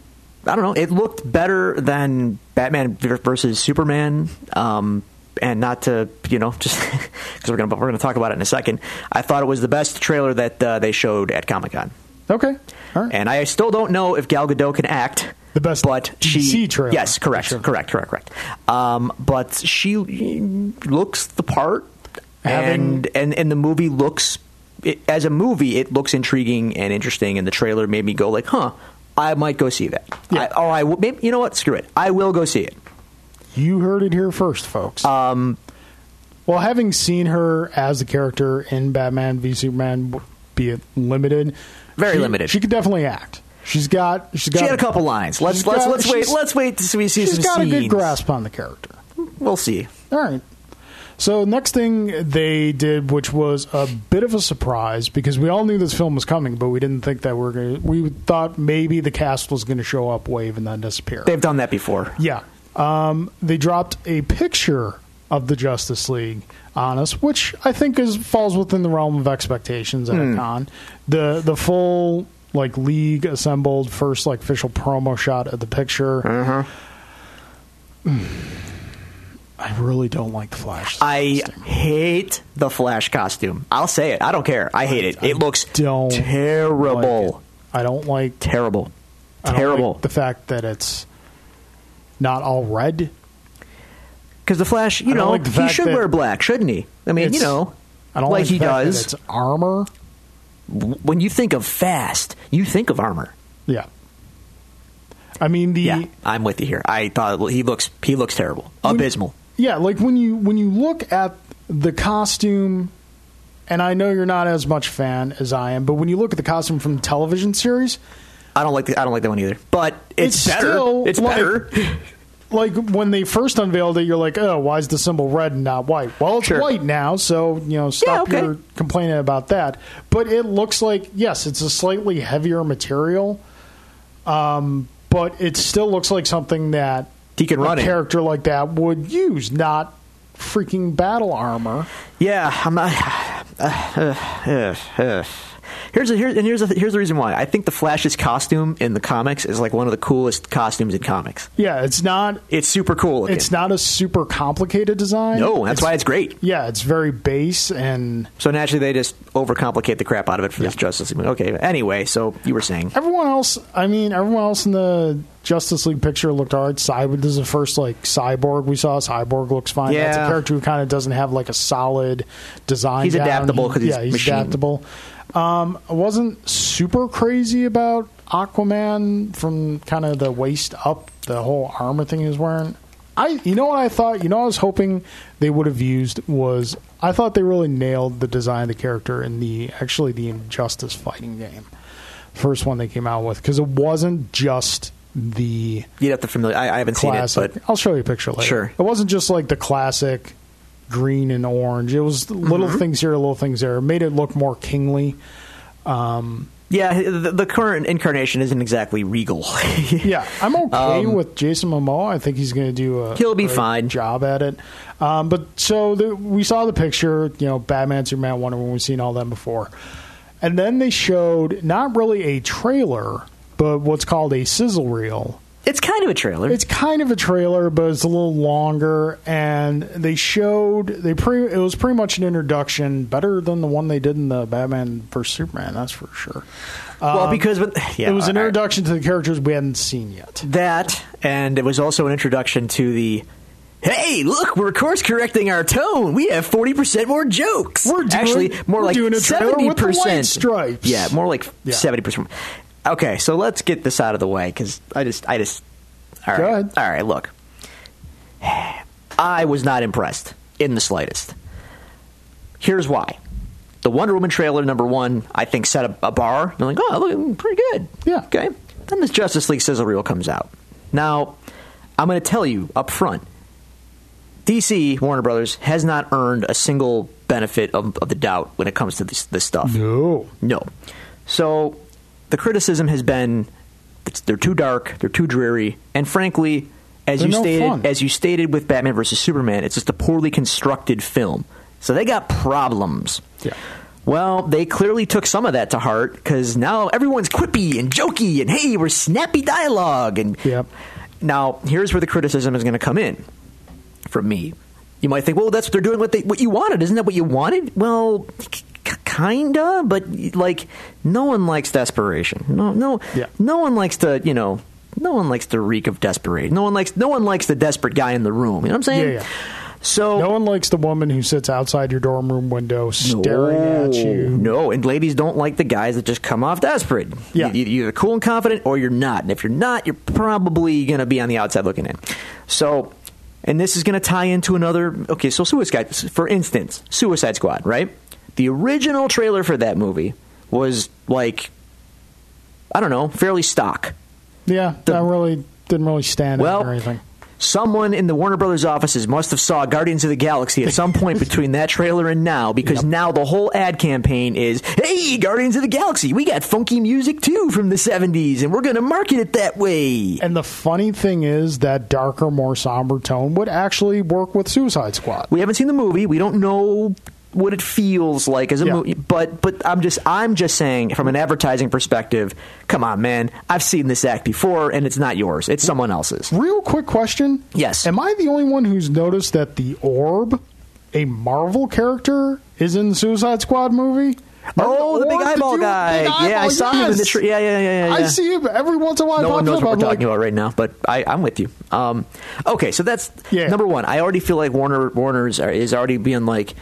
Speaker 2: I don't know. It looked better than Batman v- versus Superman. Um, and not to you know just because we're gonna we're gonna talk about it in a second. I thought it was the best trailer that uh, they showed at Comic Con.
Speaker 1: Okay. All right.
Speaker 2: And I still don't know if Gal Gadot can act.
Speaker 1: The best
Speaker 2: but she
Speaker 1: DC trailer,
Speaker 2: Yes, correct,
Speaker 1: for sure.
Speaker 2: correct, correct, correct. Um, but she looks the part,
Speaker 1: Having-
Speaker 2: and and and the movie looks it, as a movie, it looks intriguing and interesting. And the trailer made me go like, huh, I might go see that.
Speaker 1: Yeah.
Speaker 2: I, or I will, maybe you know what? Screw it, I will go see it.
Speaker 1: You heard it here first, folks.
Speaker 2: Uh,
Speaker 1: Um, well, having seen her as a character in Batman v Superman, be it limited,
Speaker 2: Very
Speaker 1: she-
Speaker 2: limited.
Speaker 1: She could definitely act. She's got. She's got.
Speaker 2: She had a couple lines. Let's
Speaker 1: she's
Speaker 2: let's
Speaker 1: got-
Speaker 2: let's wait.
Speaker 1: she's-
Speaker 2: Let's wait to see, see
Speaker 1: She's
Speaker 2: some
Speaker 1: got a good
Speaker 2: scenes.
Speaker 1: grasp on the character.
Speaker 2: We'll see.
Speaker 1: All right. So next thing they did, which was a bit of a surprise, because we all knew this film was coming, but we didn't think that we are going. to We thought maybe the cast was going to show up, wave, and then disappear.
Speaker 2: They've done that before.
Speaker 1: Yeah. Um, they dropped a picture of the Justice League on us, which I think is falls within the realm of expectations at a con. The the full like league assembled first like official promo shot of the picture. I really don't like the Flash.
Speaker 2: I hate the Flash costume. I'll say it. I don't care. I hate it. It looks
Speaker 1: don't like
Speaker 2: terrible.
Speaker 1: it. I don't like
Speaker 2: Terrible.
Speaker 1: I don't like
Speaker 2: Terrible.
Speaker 1: the fact that it's not all red.
Speaker 2: Because the Flash,
Speaker 1: I
Speaker 2: you
Speaker 1: don't
Speaker 2: know,
Speaker 1: like the
Speaker 2: he
Speaker 1: fact
Speaker 2: should
Speaker 1: that
Speaker 2: wear black, shouldn't he? I mean, you
Speaker 1: It's-
Speaker 2: know,
Speaker 1: I don't like,
Speaker 2: like, he
Speaker 1: the fact that
Speaker 2: does.
Speaker 1: it's armor.
Speaker 2: When you think of fast, you think of armor.
Speaker 1: Yeah. I mean the
Speaker 2: yeah, I'm with you here. I thought he looks he looks terrible, abysmal.
Speaker 1: yeah, like when you when you look at the costume and I know you're not as much fan as I am, but when you look at the costume from the television series,
Speaker 2: I don't like the, I don't like that one either. But it's,
Speaker 1: It's
Speaker 2: better.
Speaker 1: still,
Speaker 2: it's
Speaker 1: like-
Speaker 2: better.
Speaker 1: like when they first unveiled it, you're like, "Oh, why is the symbol red and not white?" Well, it's
Speaker 2: Sure.
Speaker 1: white now, so you know, stop
Speaker 2: okay.
Speaker 1: your complaining about that. But it looks like yes, it's a slightly heavier material, um, but it still looks like something that
Speaker 2: He can
Speaker 1: a
Speaker 2: run it.
Speaker 1: character like that would use, not freaking battle armor.
Speaker 2: Yeah, I'm uh, not. uh, Here's a, here, and here's a, here's the reason why. I think the Flash's costume in the comics is like one of the coolest costumes in comics.
Speaker 1: Yeah, it's not.
Speaker 2: It's super cool. Looking.
Speaker 1: It's not a super complicated design.
Speaker 2: no, that's why it's great.
Speaker 1: Yeah, it's very base and
Speaker 2: So naturally, they just overcomplicate the crap out of it for this Justice League. Okay, anyway, so you were saying
Speaker 1: Everyone else, I mean, everyone else in the Justice League picture looked hard. Cyborg, this is the first like cyborg we saw. Cyborg looks fine. That's a
Speaker 2: Yeah.
Speaker 1: character who kind of doesn't have like a solid design.
Speaker 2: He's
Speaker 1: down.
Speaker 2: adaptable 'cause he's
Speaker 1: yeah, he's
Speaker 2: machine.
Speaker 1: adaptable. Um, I wasn't super crazy about Aquaman from kind of the waist up, the whole armor thing he was wearing. I, you know what I thought? You know, what I was hoping they would have used was I thought they really nailed the design of the character in the actually the Injustice fighting game, first one they came out with because it wasn't just the
Speaker 2: you'd have to familiar. I, I haven't seen
Speaker 1: classic.
Speaker 2: it, but
Speaker 1: I'll show you a picture later.
Speaker 2: Sure.
Speaker 1: It wasn't just like the classic green and orange. It was
Speaker 2: Mm-hmm.
Speaker 1: little things here, little things there. It made it look more kingly.
Speaker 2: yeah, the, the current incarnation isn't exactly regal.
Speaker 1: Yeah, I'm okay with Jason Momoa. I think he's going to do a
Speaker 2: Um, He'll be
Speaker 1: great
Speaker 2: fine.
Speaker 1: job at it. Um, but so the, we saw the picture, you know, Batman, Superman, Wonder Woman. We've seen all them before, and then they showed not really a trailer, but what's called a sizzle reel.
Speaker 2: it's kind of a trailer.
Speaker 1: It's kind of a trailer, but it's a little longer, and they showed they pre it was pretty much an introduction, better than the one they did in the Batman vs Superman. That's for sure. Um,
Speaker 2: well, because with, yeah,
Speaker 1: it was an
Speaker 2: all right.
Speaker 1: introduction to the characters we hadn't seen yet.
Speaker 2: That, and it was also an introduction to the. Hey, look, we're course correcting our tone. We have forty percent more jokes.
Speaker 1: We're doing-
Speaker 2: actually more
Speaker 1: we're
Speaker 2: like
Speaker 1: doing a trailer
Speaker 2: seventy
Speaker 1: with the white
Speaker 2: percent
Speaker 1: stripes.
Speaker 2: Yeah, more like
Speaker 1: Yeah.
Speaker 2: seventy percent. Okay, so let's get this out of the way because I just, I just. All right,
Speaker 1: Go ahead.
Speaker 2: all right. Look, I was not impressed in the slightest. Here's why. The Wonder Woman trailer number one, I think, set a, a bar. And I'm like, oh, look, pretty good.
Speaker 1: Yeah.
Speaker 2: Okay. Then this Justice League sizzle reel comes out. Now, I'm going to tell you up front DC, Warner Brothers, has not earned a single benefit of, of the doubt when it comes to this, this stuff.
Speaker 1: No.
Speaker 2: No. So the criticism has been it's, they're too dark, they're too dreary, and frankly, as
Speaker 1: They're
Speaker 2: you
Speaker 1: no
Speaker 2: stated,
Speaker 1: fun.
Speaker 2: as you stated with Batman versus Superman, it's just a poorly constructed film. So they got problems.
Speaker 1: Yeah.
Speaker 2: Well, they clearly took some of that to heart because now everyone's quippy and jokey and hey, we're snappy dialogue and
Speaker 1: Yep.
Speaker 2: now here's where the criticism is going to come in from me. You might think, well, that's what they're doing. What they what you wanted, isn't that what you wanted? Well, c- c- kinda, but like no one likes desperation. No, no,
Speaker 1: Yeah.
Speaker 2: no one likes to, you know, no one likes to reek of desperation. No one likes, no one likes the desperate guy in the room. You know what I'm saying?
Speaker 1: Yeah, yeah.
Speaker 2: So
Speaker 1: No one likes the woman who sits outside your dorm room window staring at you.
Speaker 2: No, and ladies don't like the guys that just come off desperate.
Speaker 1: Yeah.
Speaker 2: You- You're either cool and confident or you're not. And if you're not, you're probably going to be on the outside looking in. So, and this is going to tie into another. Okay, so Suicide, for instance, Suicide Squad, right? The original trailer for that movie was like, I don't know, fairly stock.
Speaker 1: Yeah, that really didn't really stand
Speaker 2: Well,
Speaker 1: out or anything.
Speaker 2: Someone in the Warner Brothers offices must have saw Guardians of the Galaxy at some point between that trailer and now, because now the whole ad campaign is, "Hey, Guardians of the Galaxy, we got funky music too from the '70s, and we're going to market it that way."
Speaker 1: And the funny thing is that darker, more somber tone would actually work with Suicide Squad.
Speaker 2: We haven't seen the movie; we don't know what it feels like as a
Speaker 1: Yeah.
Speaker 2: movie. But, but I'm just, I'm just saying, from an advertising perspective, come on, man, I've seen this act before, and it's not yours; it's someone else's.
Speaker 1: Real quick question.
Speaker 2: Yes.
Speaker 1: Am I the only one who's noticed that the orb, a Marvel character, is in the Suicide Squad movie? Remember
Speaker 2: Oh, the big
Speaker 1: orb? Did
Speaker 2: eyeball
Speaker 1: you- the
Speaker 2: guy.
Speaker 1: big
Speaker 2: Yeah, I
Speaker 1: eyeball,
Speaker 2: saw him in the
Speaker 1: yes.
Speaker 2: tree. Yeah, yeah, yeah, yeah.
Speaker 1: I
Speaker 2: yeah.
Speaker 1: see him every once in a while.
Speaker 2: no one
Speaker 1: pops
Speaker 2: knows
Speaker 1: up.
Speaker 2: what
Speaker 1: I'm
Speaker 2: we're talking
Speaker 1: like,
Speaker 2: about right now, but I, I'm with you. Um, okay, so that's
Speaker 1: Yeah.
Speaker 2: number one. I already feel like Warner Warner's are, is already being like.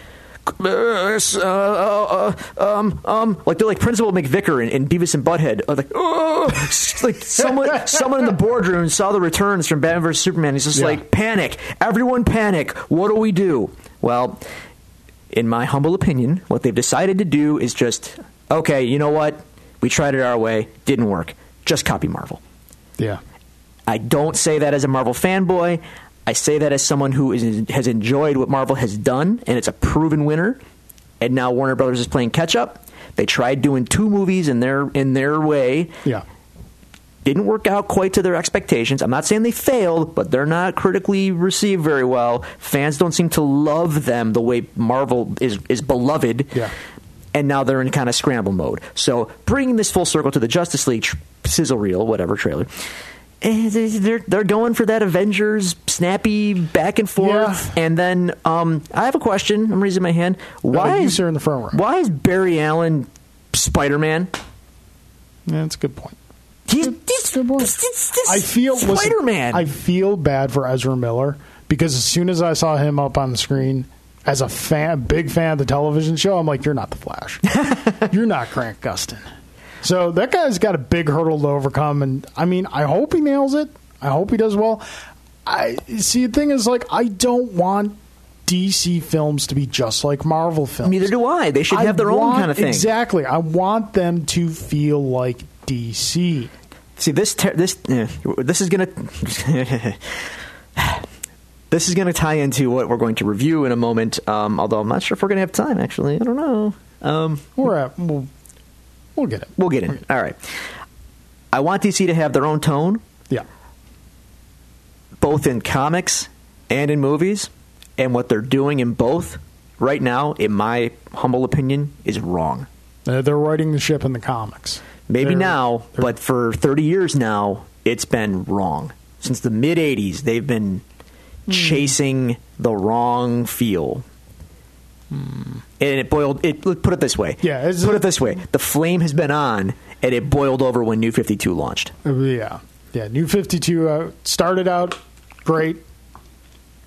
Speaker 2: Uh, uh, um, um, like they're like Principal McVicker in, in Beavis and Butthead. Are like, oh, like someone, someone in the boardroom saw the returns from Batman vs Superman. He's just
Speaker 1: Yeah.
Speaker 2: like, panic, everyone, panic. What do we do? Well, in my humble opinion, what they've decided to do is just, okay, you know what? We tried it our way, didn't work. Just copy Marvel.
Speaker 1: Yeah.
Speaker 2: I don't say that as a Marvel fanboy. I say that as someone who is, has enjoyed what Marvel has done, and it's a proven winner. And now Warner Brothers is playing catch up. They tried doing two movies in their in their way.
Speaker 1: Yeah.
Speaker 2: Didn't work out quite to their expectations. I'm not saying they failed, but they're not critically received very well. Fans don't seem to love them the way Marvel is is beloved.
Speaker 1: Yeah.
Speaker 2: And now they're in kind of scramble mode. So bringing this full circle to the Justice League tr- sizzle reel, whatever trailer, eh, they- they're they're going for that Avengers snappy back and forth.
Speaker 1: Yeah.
Speaker 2: And then um, I have a question. I'm raising my hand. Why
Speaker 1: you
Speaker 2: is
Speaker 1: sit in the front row.
Speaker 2: Why is Barry Allen Spider Man?
Speaker 1: Yeah, that's a good point.
Speaker 2: He's,
Speaker 1: Good-
Speaker 2: he's,
Speaker 1: good boy.
Speaker 2: he's- he's- he's
Speaker 1: I feel listen,
Speaker 2: Spider-Man.
Speaker 1: I feel bad for Ezra Miller because as soon as I saw him up on the screen as a fan, big fan of the television show, I'm like, you're not the Flash. you're not Grant Gustin. So that guy's got a big hurdle to overcome, and I mean, I hope he nails it. I hope he does well. I see. The thing is, like, I don't want DC films to be just like Marvel films.
Speaker 2: Neither do I. They should
Speaker 1: I
Speaker 2: have their own
Speaker 1: want-
Speaker 2: kind of thing.
Speaker 1: Exactly. I want them to feel like DC.
Speaker 2: See this ter- this eh, this is gonna this is gonna tie into what we're going to review in a moment. Um, although I'm not sure if we're gonna have time. Actually, I don't know. Um,
Speaker 1: We're at. We'll, we'll get it.
Speaker 2: we'll get in. All right. I want DC to have their own tone,
Speaker 1: Yeah.
Speaker 2: both in comics and in movies, and what they're doing in both right now, in my humble opinion, is wrong.
Speaker 1: They're, Uh, they're writing the ship in the comics.
Speaker 2: Maybe
Speaker 1: They're-
Speaker 2: now,
Speaker 1: they're-
Speaker 2: but for 30 years now, it's been wrong. Since the mid 80s, they've been chasing the wrong feel. And it boiled. It let- put it this way.
Speaker 1: Yeah, it's-
Speaker 2: put it this way. The flame has been on, and it boiled over when New Fifty Two launched.
Speaker 1: uh, Yeah. Yeah. New 52 uh, started out great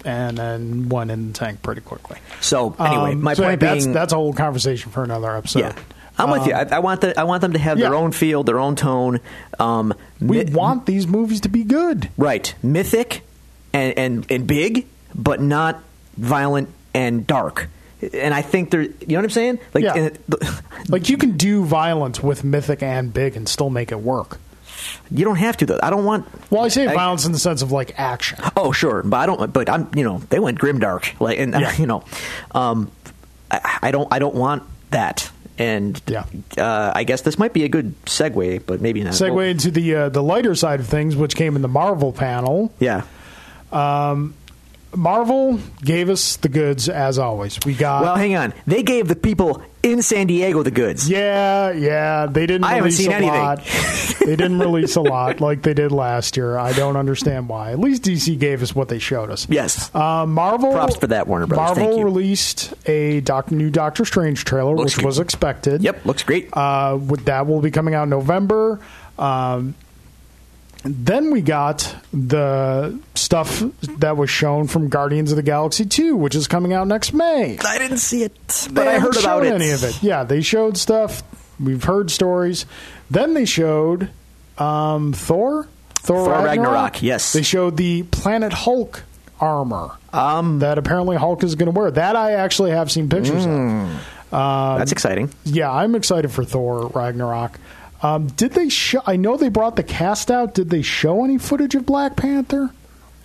Speaker 1: and then went in the tank pretty quickly.
Speaker 2: So anyway,
Speaker 1: Um,
Speaker 2: my
Speaker 1: so
Speaker 2: point
Speaker 1: that's,
Speaker 2: being,
Speaker 1: that's a whole conversation for another episode. Um,
Speaker 2: yeah, I'm with you. I, I want the, I want them to have their
Speaker 1: yeah.
Speaker 2: own feel, their own tone. Um,
Speaker 1: We
Speaker 2: mi-
Speaker 1: want these movies to be good.
Speaker 2: Right. Mythic and, and, and big, but not violent and dark. And I think there, you know what I'm saying? Like,
Speaker 1: Yeah.
Speaker 2: and the-
Speaker 1: Like you can do violence with mythic and big and still make it work.
Speaker 2: you don't have to though. I don't want.
Speaker 1: Well, I say violence in the sense of like action.
Speaker 2: Oh, sure, but I don't. But I'm, you know, they went grim dark, like, and
Speaker 1: Yeah.
Speaker 2: you know, um, I, I don't, I don't want that. And
Speaker 1: Yeah.
Speaker 2: uh, I guess this might be a good segue, but maybe not.
Speaker 1: Segue
Speaker 2: Well,
Speaker 1: into the uh, the lighter side of things, which came in the Marvel panel.
Speaker 2: yeah.
Speaker 1: Marvel gave us the goods as always. We got
Speaker 2: Well, hang on. They gave the people in San Diego the goods.
Speaker 1: yeah, yeah. They didn't.
Speaker 2: I haven't
Speaker 1: release
Speaker 2: seen
Speaker 1: a
Speaker 2: anything.
Speaker 1: lot. they didn't release a lot like they did last year. I don't understand why. At least DC gave us what they showed us.
Speaker 2: Yes.
Speaker 1: Uh, Marvel.
Speaker 2: Props for that, Warner Brothers.
Speaker 1: Marvel
Speaker 2: Thank you.
Speaker 1: released a doc, new Doctor Strange trailer, which
Speaker 2: Looks good.
Speaker 1: was expected.
Speaker 2: Yep, looks great.
Speaker 1: Uh, with that will be coming out in November. Um, then we got the stuff that was shown from Guardians of the Galaxy 2, which is coming out next May.
Speaker 2: I didn't see it,
Speaker 1: They
Speaker 2: but I
Speaker 1: haven't
Speaker 2: heard about
Speaker 1: shown
Speaker 2: it.
Speaker 1: Any of it? Yeah, they showed stuff. We've heard stories. Then they showed um, Thor. Thor,
Speaker 2: Thor Ragnarok, yes.
Speaker 1: They showed the Planet Hulk armor
Speaker 2: Um, mm.
Speaker 1: that apparently Hulk is going to wear. That I actually have seen pictures of.
Speaker 2: Uh, That's exciting.
Speaker 1: Yeah, I'm excited for Thor Ragnarok. Um, did they show? I know they brought the cast out. Did they show any footage of Black Panther?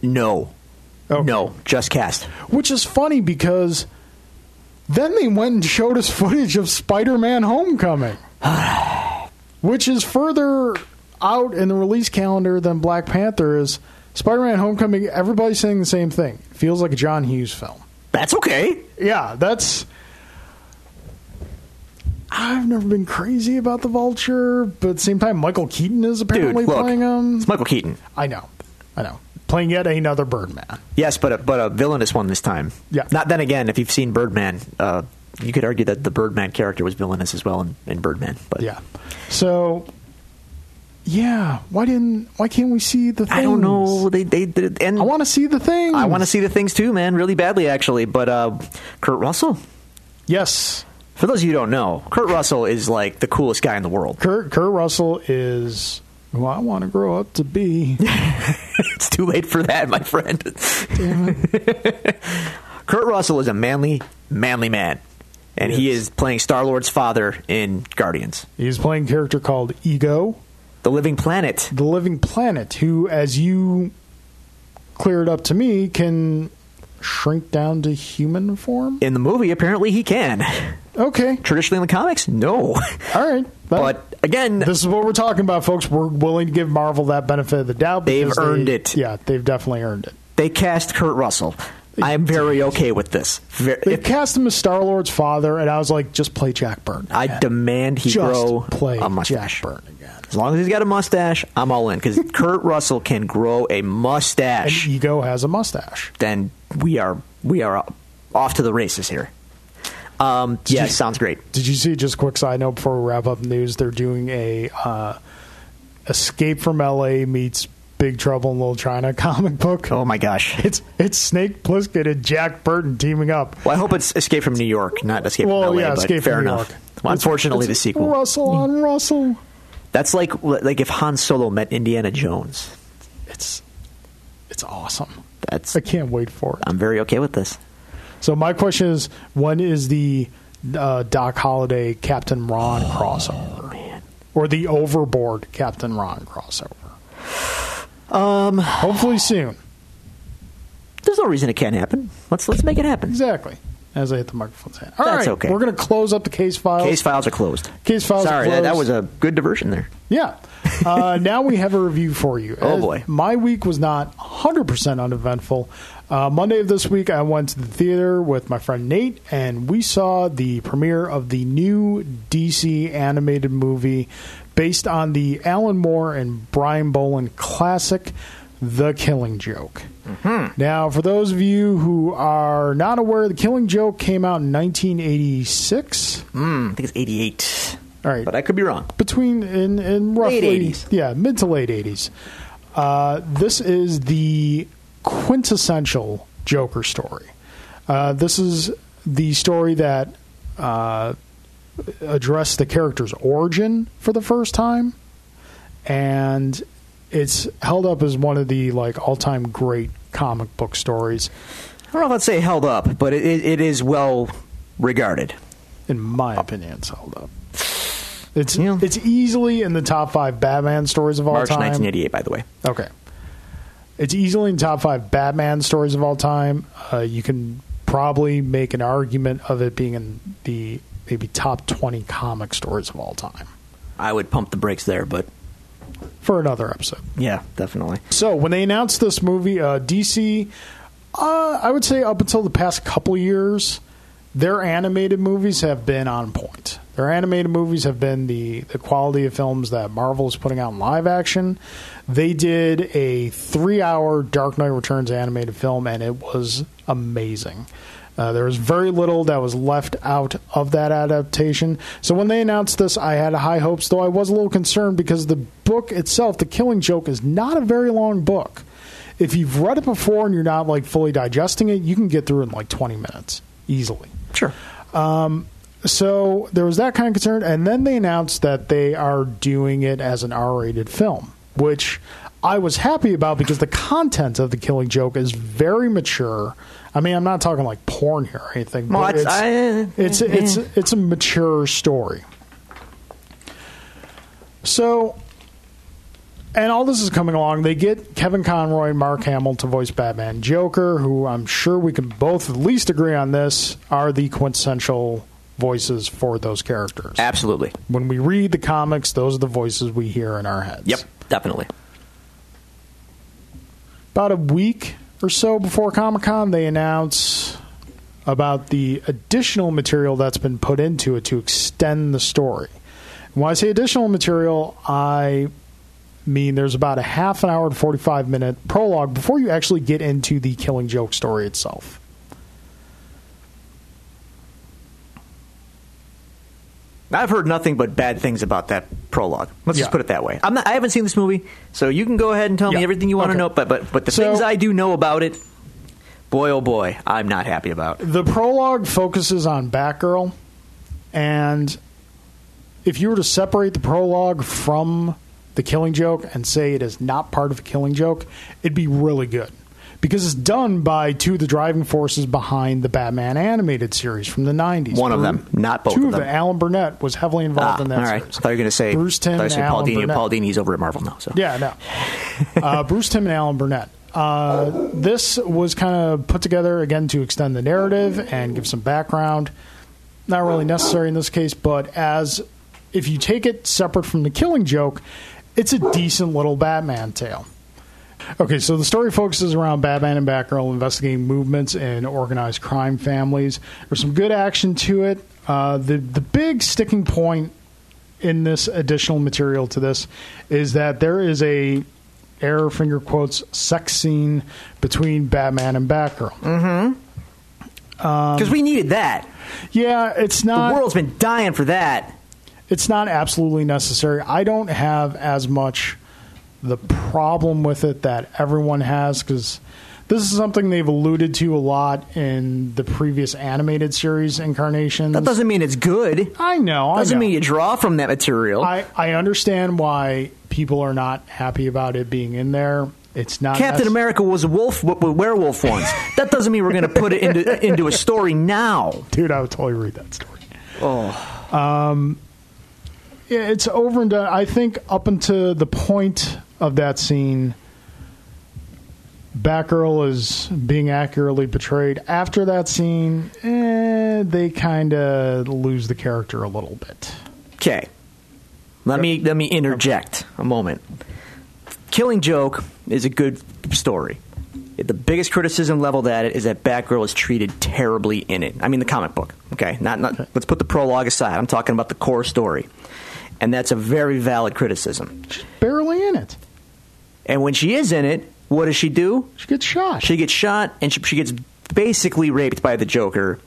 Speaker 2: No.
Speaker 1: Okay.
Speaker 2: No, just cast.
Speaker 1: Which is funny because then they went and showed us footage of Spider Man Homecoming, which is further out in the release calendar than Black Panther is. Spider Man Homecoming, everybody's saying the same thing. Feels like a John Hughes film.
Speaker 2: That's okay.
Speaker 1: Yeah, that's. I've never been crazy about the Vulture, but at the same time, Michael Keaton is
Speaker 2: Dude,
Speaker 1: apparently
Speaker 2: look.
Speaker 1: playing um, him.
Speaker 2: It's Michael Keaton.
Speaker 1: I know, I know, playing yet another Birdman.
Speaker 2: Yes, but a, but a villainous one this time.
Speaker 1: Yeah.
Speaker 2: Not then again, if you've seen Birdman, uh, you could argue that the Birdman character was villainous as well in, in Birdman. But
Speaker 1: Yeah. So, yeah. Why didn't? Why can't we see the? Things?
Speaker 2: I don't know. They they did, and
Speaker 1: I want to see the thing.
Speaker 2: I want to see the things too, man, really badly actually. But uh, Kurt Russell,
Speaker 1: Yes,
Speaker 2: for those of you who don't know, Kurt Russell is like the coolest guy in the world.
Speaker 1: Kurt. Kurt Russell is who I want to grow up to be.
Speaker 2: it's too late for that, my friend. Kurt Russell is a manly, manly man, and he
Speaker 1: Yes.
Speaker 2: is playing Star Lord's father in Guardians,
Speaker 1: He's playing a character called Ego.
Speaker 2: the Living Planet.
Speaker 1: the living planet who as you cleared up to me can shrink down to human form
Speaker 2: In the movie, apparently he can.
Speaker 1: okay
Speaker 2: Traditionally in the comics, no.
Speaker 1: all right
Speaker 2: But again,
Speaker 1: this is what we're talking about folks we're willing to give marvel that benefit of the doubt
Speaker 2: They've
Speaker 1: because they-
Speaker 2: earned it.
Speaker 1: yeah they've definitely earned it
Speaker 2: they cast Kurt Russell. I'm very okay with this. Ver-
Speaker 1: they
Speaker 2: if-
Speaker 1: cast him as star lord's father and i was like just play jack burton
Speaker 2: I
Speaker 1: again.
Speaker 2: demand he
Speaker 1: just
Speaker 2: grow
Speaker 1: play
Speaker 2: a
Speaker 1: jack
Speaker 2: mustache.
Speaker 1: burton again
Speaker 2: As long as he's got a mustache, I'm all in because Kurt Russell can grow a
Speaker 1: and
Speaker 2: mustache.
Speaker 1: ego has a mustache
Speaker 2: then we are we are off to the races here. Um, yeah, sounds great.
Speaker 1: Did you see? Just a quick side note before we wrap up the news. They're doing a uh, Escape from L.A. meets Big Trouble in Little China comic book.
Speaker 2: Oh my gosh.
Speaker 1: It's it's Snake Plissken and Jack Burton teaming up.
Speaker 2: Well, I hope it's Escape from New York, not Escape
Speaker 1: Well,
Speaker 2: from LA.
Speaker 1: yeah,
Speaker 2: but
Speaker 1: Escape
Speaker 2: fair
Speaker 1: from New
Speaker 2: enough.
Speaker 1: York.
Speaker 2: Well, unfortunately,
Speaker 1: It's
Speaker 2: the sequel.
Speaker 1: Russell on Russell.
Speaker 2: That's like like if Han Solo met Indiana Jones.
Speaker 1: It's it's awesome.
Speaker 2: That's
Speaker 1: I can't wait for it.
Speaker 2: I'm very okay with this.
Speaker 1: So my question is, when is the uh, Doc Holiday Captain Ron
Speaker 2: Oh.
Speaker 1: crossover, or the Overboard Captain Ron crossover?
Speaker 2: Um,
Speaker 1: Hopefully soon.
Speaker 2: there's no reason it can't happen. Let's let's make it happen.
Speaker 1: Exactly. As I hit the microphone's hand. All
Speaker 2: That's
Speaker 1: right,
Speaker 2: okay.
Speaker 1: We're going to close up the case files.
Speaker 2: Case files are closed.
Speaker 1: Case files are
Speaker 2: Sorry, That, that was
Speaker 1: closed.
Speaker 2: a good diversion there.
Speaker 1: yeah. Uh, now we have a review for you.
Speaker 2: Oh,
Speaker 1: As
Speaker 2: boy.
Speaker 1: My week was not 100% uneventful. Uh, Monday of this week, I went to the theater with my friend Nate, and we saw the premiere of the new DC animated movie based on the Alan Moore and Brian Boland classic, The Killing Joke.
Speaker 2: Mm-hmm.
Speaker 1: Now, for those of you who are not aware, The Killing Joke came out in 1986.
Speaker 2: Mm, I think it's 88.
Speaker 1: All right.
Speaker 2: but I could be wrong.
Speaker 1: between in in roughly
Speaker 2: Late 80s.
Speaker 1: yeah mid to late 80s uh, this is the quintessential joker story uh, this is the story that uh, addressed the character's origin for the first time and it's held up as one of the like all-time great comic book stories
Speaker 2: I don't know if I'd say held up, but it, it, it is well regarded.
Speaker 1: in my opinion it's held up it's
Speaker 2: Yeah.
Speaker 1: it's easily in the top five batman stories of all
Speaker 2: March
Speaker 1: time
Speaker 2: 1988, by the way.
Speaker 1: Okay. It's easily in top five Batman stories of all time. Uh, you can probably make an argument of it being in the maybe top 20 comic stories of all time
Speaker 2: I would pump the brakes there, but
Speaker 1: for another episode.
Speaker 2: yeah, definitely.
Speaker 1: So when they announced this movie, uh, DC Uh, I would say up until the past couple years, their animated movies have been on point. Their animated movies have been the, the quality of films that Marvel is putting out in live action. They did a three hour Dark Knight Returns animated film, and it was amazing. Uh, there was very little that was left out of that adaptation. So when they announced this, I had high hopes, though I was a little concerned because the book itself, The Killing Joke, is not a very long book. If you've read it before and you're not like fully digesting it, you can get through it in like 20 minutes easily
Speaker 2: Sure.
Speaker 1: so there was that kind of concern, and then they announced that they are doing it as an R-rated film, which I was happy about because the content of the Killing Joke is very mature. I mean, I'm not talking like porn here or anything.
Speaker 2: Well,
Speaker 1: but
Speaker 2: it's- I-
Speaker 1: it's it's it's, it's a mature story. So, and all this is coming along. They get Kevin Conroy and Mark Hamill to voice Batman and Joker, who I'm sure we can both at least agree on this are the quintessential voices for those characters.
Speaker 2: Absolutely.
Speaker 1: When we read the comics, those are the voices we hear in our heads.
Speaker 2: Yep. Definitely.
Speaker 1: About a week or so before Comic Con, they announce about the additional material that's been put into it to extend the story. And when I say additional material, I mean there's about a half an hour to 45 minute prologue before you actually get into the Killing Joke story itself.
Speaker 2: I've heard nothing but bad things about that prologue. Let's
Speaker 1: Yeah.
Speaker 2: just put it that way. I'm not, I haven't seen this movie, so you can go ahead and tell
Speaker 1: Yeah.
Speaker 2: me everything you want
Speaker 1: Okay.
Speaker 2: to know. But but but the
Speaker 1: So-
Speaker 2: things I do know about it, boy oh boy, I'm not happy about.
Speaker 1: The prologue focuses on Batgirl, and if you were to separate the prologue from the Killing Joke and say it is not part of the Killing Joke, it'd be really good because it's done by two of the driving forces behind the Batman animated series from the '90s.
Speaker 2: One of them, not both
Speaker 1: Two
Speaker 2: of them.
Speaker 1: Alan Burnett was heavily involved
Speaker 2: Ah,
Speaker 1: in that.
Speaker 2: all right.
Speaker 1: series.
Speaker 2: I thought you were going to say
Speaker 1: Bruce Timm
Speaker 2: I thought
Speaker 1: and
Speaker 2: you said Paul
Speaker 1: Alan
Speaker 2: Dini.
Speaker 1: Burnett.
Speaker 2: Paul Dini's over at Marvel now. So
Speaker 1: Yeah, no. Uh, Bruce Tim and Alan Burnett. Uh, this was kind of put together again to extend the narrative and give some background. Not really necessary in this case, but as if you take it separate from the Killing Joke, it's a decent little Batman tale. Okay, so the story focuses around Batman and Batgirl investigating movements in organized crime families. There's some good action to it. Uh, the the big sticking point in this additional material to this is that there is a air finger quotes sex scene between Batman and Batgirl.
Speaker 2: because Um, we needed that.
Speaker 1: Yeah, it's
Speaker 2: The
Speaker 1: not
Speaker 2: world's been dying for that.
Speaker 1: it's not absolutely necessary. I don't have as much the problem with it that everyone has because this is something they've alluded to a lot in the previous animated series incarnations.
Speaker 2: That doesn't mean it's good.
Speaker 1: I know. uh, I
Speaker 2: Doesn't
Speaker 1: know.
Speaker 2: mean you draw from that material.
Speaker 1: I, I understand why people are not happy about it being in there. It's not
Speaker 2: Uh, Captain
Speaker 1: necess-
Speaker 2: America was a wolf with with werewolf once. that doesn't mean we're going to put it into into a story now.
Speaker 1: dude. I would totally read that story. Um,
Speaker 2: Oh,
Speaker 1: Yeah, it's over and done. I think up until the point of that scene, Batgirl is being accurately portrayed. After that scene, eh, they kind of lose the character a little bit.
Speaker 2: okay. Let me let me interject a moment. Killing Joke is a good story. The biggest criticism leveled at it is that Batgirl is treated terribly in it. I mean, the comic book. Okay, not not. Let's put the prologue aside. I'm talking about the core story, and that's a very valid criticism.
Speaker 1: Barely in it.
Speaker 2: And when she is in it, what does she do?
Speaker 1: She gets shot.
Speaker 2: She gets shot and she, she gets basically raped by the Joker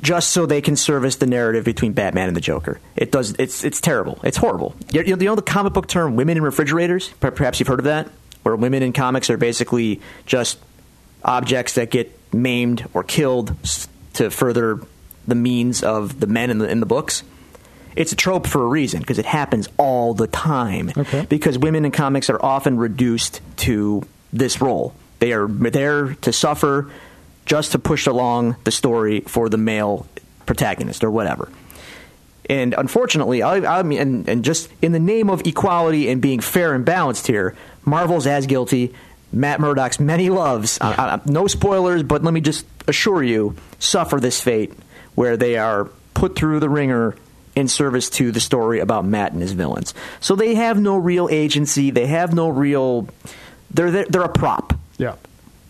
Speaker 2: just so they can service the narrative between Batman and the Joker. It does it's it's terrible. It's horrible. You you know, the comic book term women in refrigerators? Per- Perhaps you've heard of that? Where women in comics are basically just objects that get maimed or killed s- to further the means of the men in the in the books. It's a trope for a reason because it happens all the time
Speaker 1: Okay.
Speaker 2: because women in comics are often reduced to this role. They are there to suffer just to push along the story for the male protagonist or whatever. And unfortunately, I, I mean, and, and just in the name of equality and being fair and balanced here, Marvel's as guilty. Matt Murdock's many loves, I- I- no spoilers, but let me just assure you, suffer this fate where they are put through the ringer in service to the story about Matt and his villains. So they have no real agency. They have no real. They're they're, they're a prop.
Speaker 1: yeah.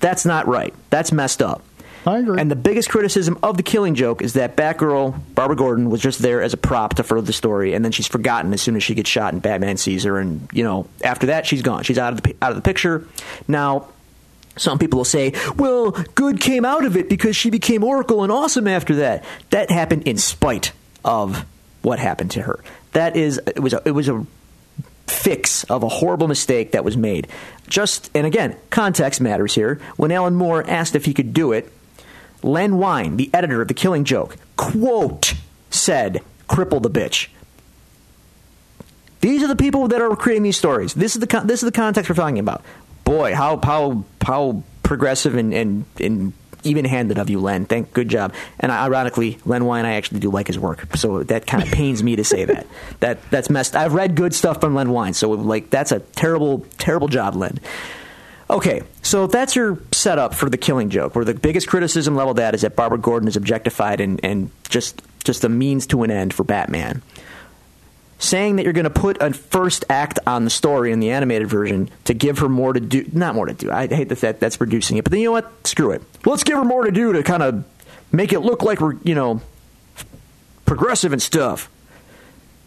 Speaker 2: That's not right. That's messed up.
Speaker 1: I agree.
Speaker 2: And the biggest criticism of the Killing Joke is that Batgirl Barbara Gordon was just there as a prop to further the story, and then she's forgotten as soon as she gets shot, and Batman sees her, and you know after that she's gone. She's out of the out of the picture. Now, some people will say, "Well, good came out of it because she became Oracle and awesome after that." That happened in spite of what happened to her. That is, it was a, it was a fix of a horrible mistake that was made. Just and again, context matters here. When Alan Moore asked if he could do it, Len Wein, the editor of The Killing Joke, quote said, "Cripple the bitch." These are the people that are creating these stories. This is the con- this is the context we're talking about. Boy, how how how progressive and and, and even handed of you, Len. Thank good job. And ironically, Len Wein, I actually do like his work, so that kind of pains me to say that. That that's messed. I've read good stuff from Len Wein, so like that's a terrible terrible job, Len. Okay, so that's your setup for the killing joke, where the biggest criticism leveled at is that Barbara Gordon is objectified and, and just just a means to an end for Batman. Saying that you're going to put a first act on the story in the animated version to give her more to do, not more to do. I hate that, that that's reducing it, but then you know what? Screw it. Let's give her more to do to kind of make it look like we're you know progressive and stuff.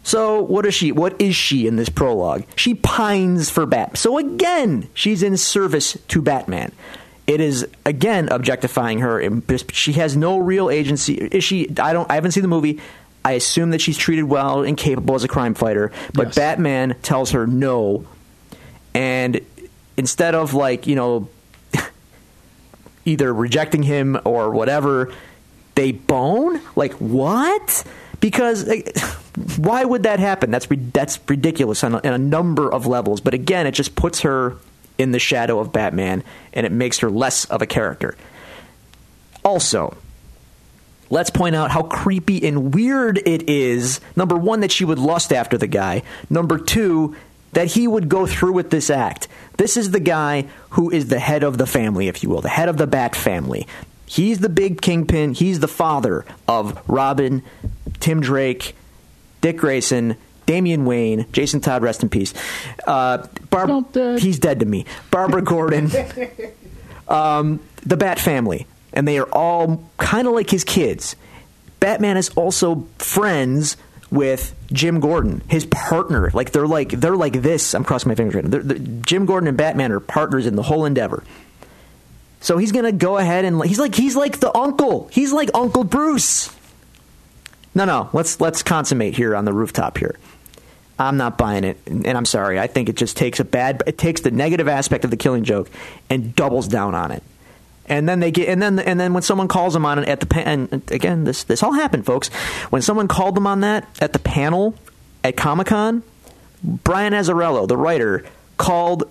Speaker 2: So what is she? What is she in this prologue? She pines for Bat. So again, she's in service to Batman. It is again objectifying her. and She has no real agency. Is she? I don't. I haven't seen the movie. I assume that she's treated well and capable as a crime fighter. But
Speaker 1: Yes.
Speaker 2: Batman tells her no, and instead of like you know either rejecting him or whatever, they bone? Like what? Because like, why would that happen? That's ri- that's ridiculous on a, on a number of levels. But again, it just puts her in the shadow of Batman, and it makes her less of a character. Also, Let's point out how creepy and weird it is. Number one, that she would lust after the guy. Number two, that he would go through with this act. This is the guy who is the head of the family, if you will, the head of the Bat family. He's the big kingpin. He's the father of Robin, Tim Drake, Dick Grayson, Damian Wayne, Jason Todd, rest in peace. Uh, Barb-
Speaker 1: Don't, uh,
Speaker 2: he's dead to me. Barbara Gordon the Bat family, and they are all kind of like his kids. Batman is also friends with Jim Gordon, his partner. Like they're like they're like this. I'm crossing my fingers right now. They're, they're- Jim Gordon and Batman are partners in the whole endeavor. So he's gonna go ahead and he's like he's like the uncle. He's like Uncle Bruce. No, no. Let's let's consummate here on the rooftop here. I'm not buying it, and and I'm sorry. I think it just takes a bad. It takes the negative aspect of the Killing Joke and doubles down on it. And then they get, and then and then when someone calls them on it at the pan, and again, this this all happened, folks. When someone called them on that at the panel at Comic Con, Brian Azzarello, the writer, called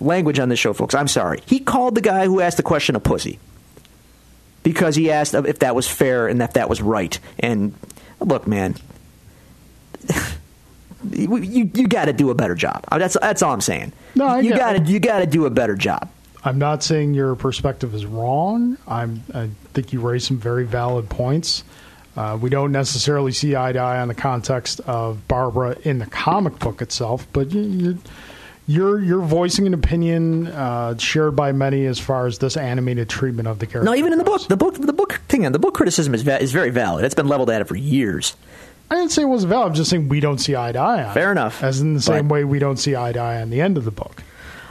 Speaker 2: language on this show, folks. I'm sorry. He called the guy who asked the question a pussy because he asked if that was fair and if that was right. And look, man, you you got to do a better job. That's that's all I'm saying.
Speaker 1: No, I
Speaker 2: you
Speaker 1: get
Speaker 2: got to
Speaker 1: it.
Speaker 2: you got to do a better job.
Speaker 1: I'm not saying your perspective is wrong. I'm, I think you raised some very valid points. Uh, we don't necessarily see eye to eye on the context of Barbara in the comic book itself, but you, you, you're you're voicing an opinion uh, shared by many as far as this animated treatment of the character.
Speaker 2: No, even in the
Speaker 1: goes.
Speaker 2: book, the book, the book thing, the book criticism is va- is very valid. It's been leveled at it for years.
Speaker 1: I didn't say it wasn't valid. I'm just saying we don't see eye to eye on.
Speaker 2: Fair
Speaker 1: it.
Speaker 2: enough.
Speaker 1: As in the same
Speaker 2: But-
Speaker 1: way we don't see eye to eye on the end of the book.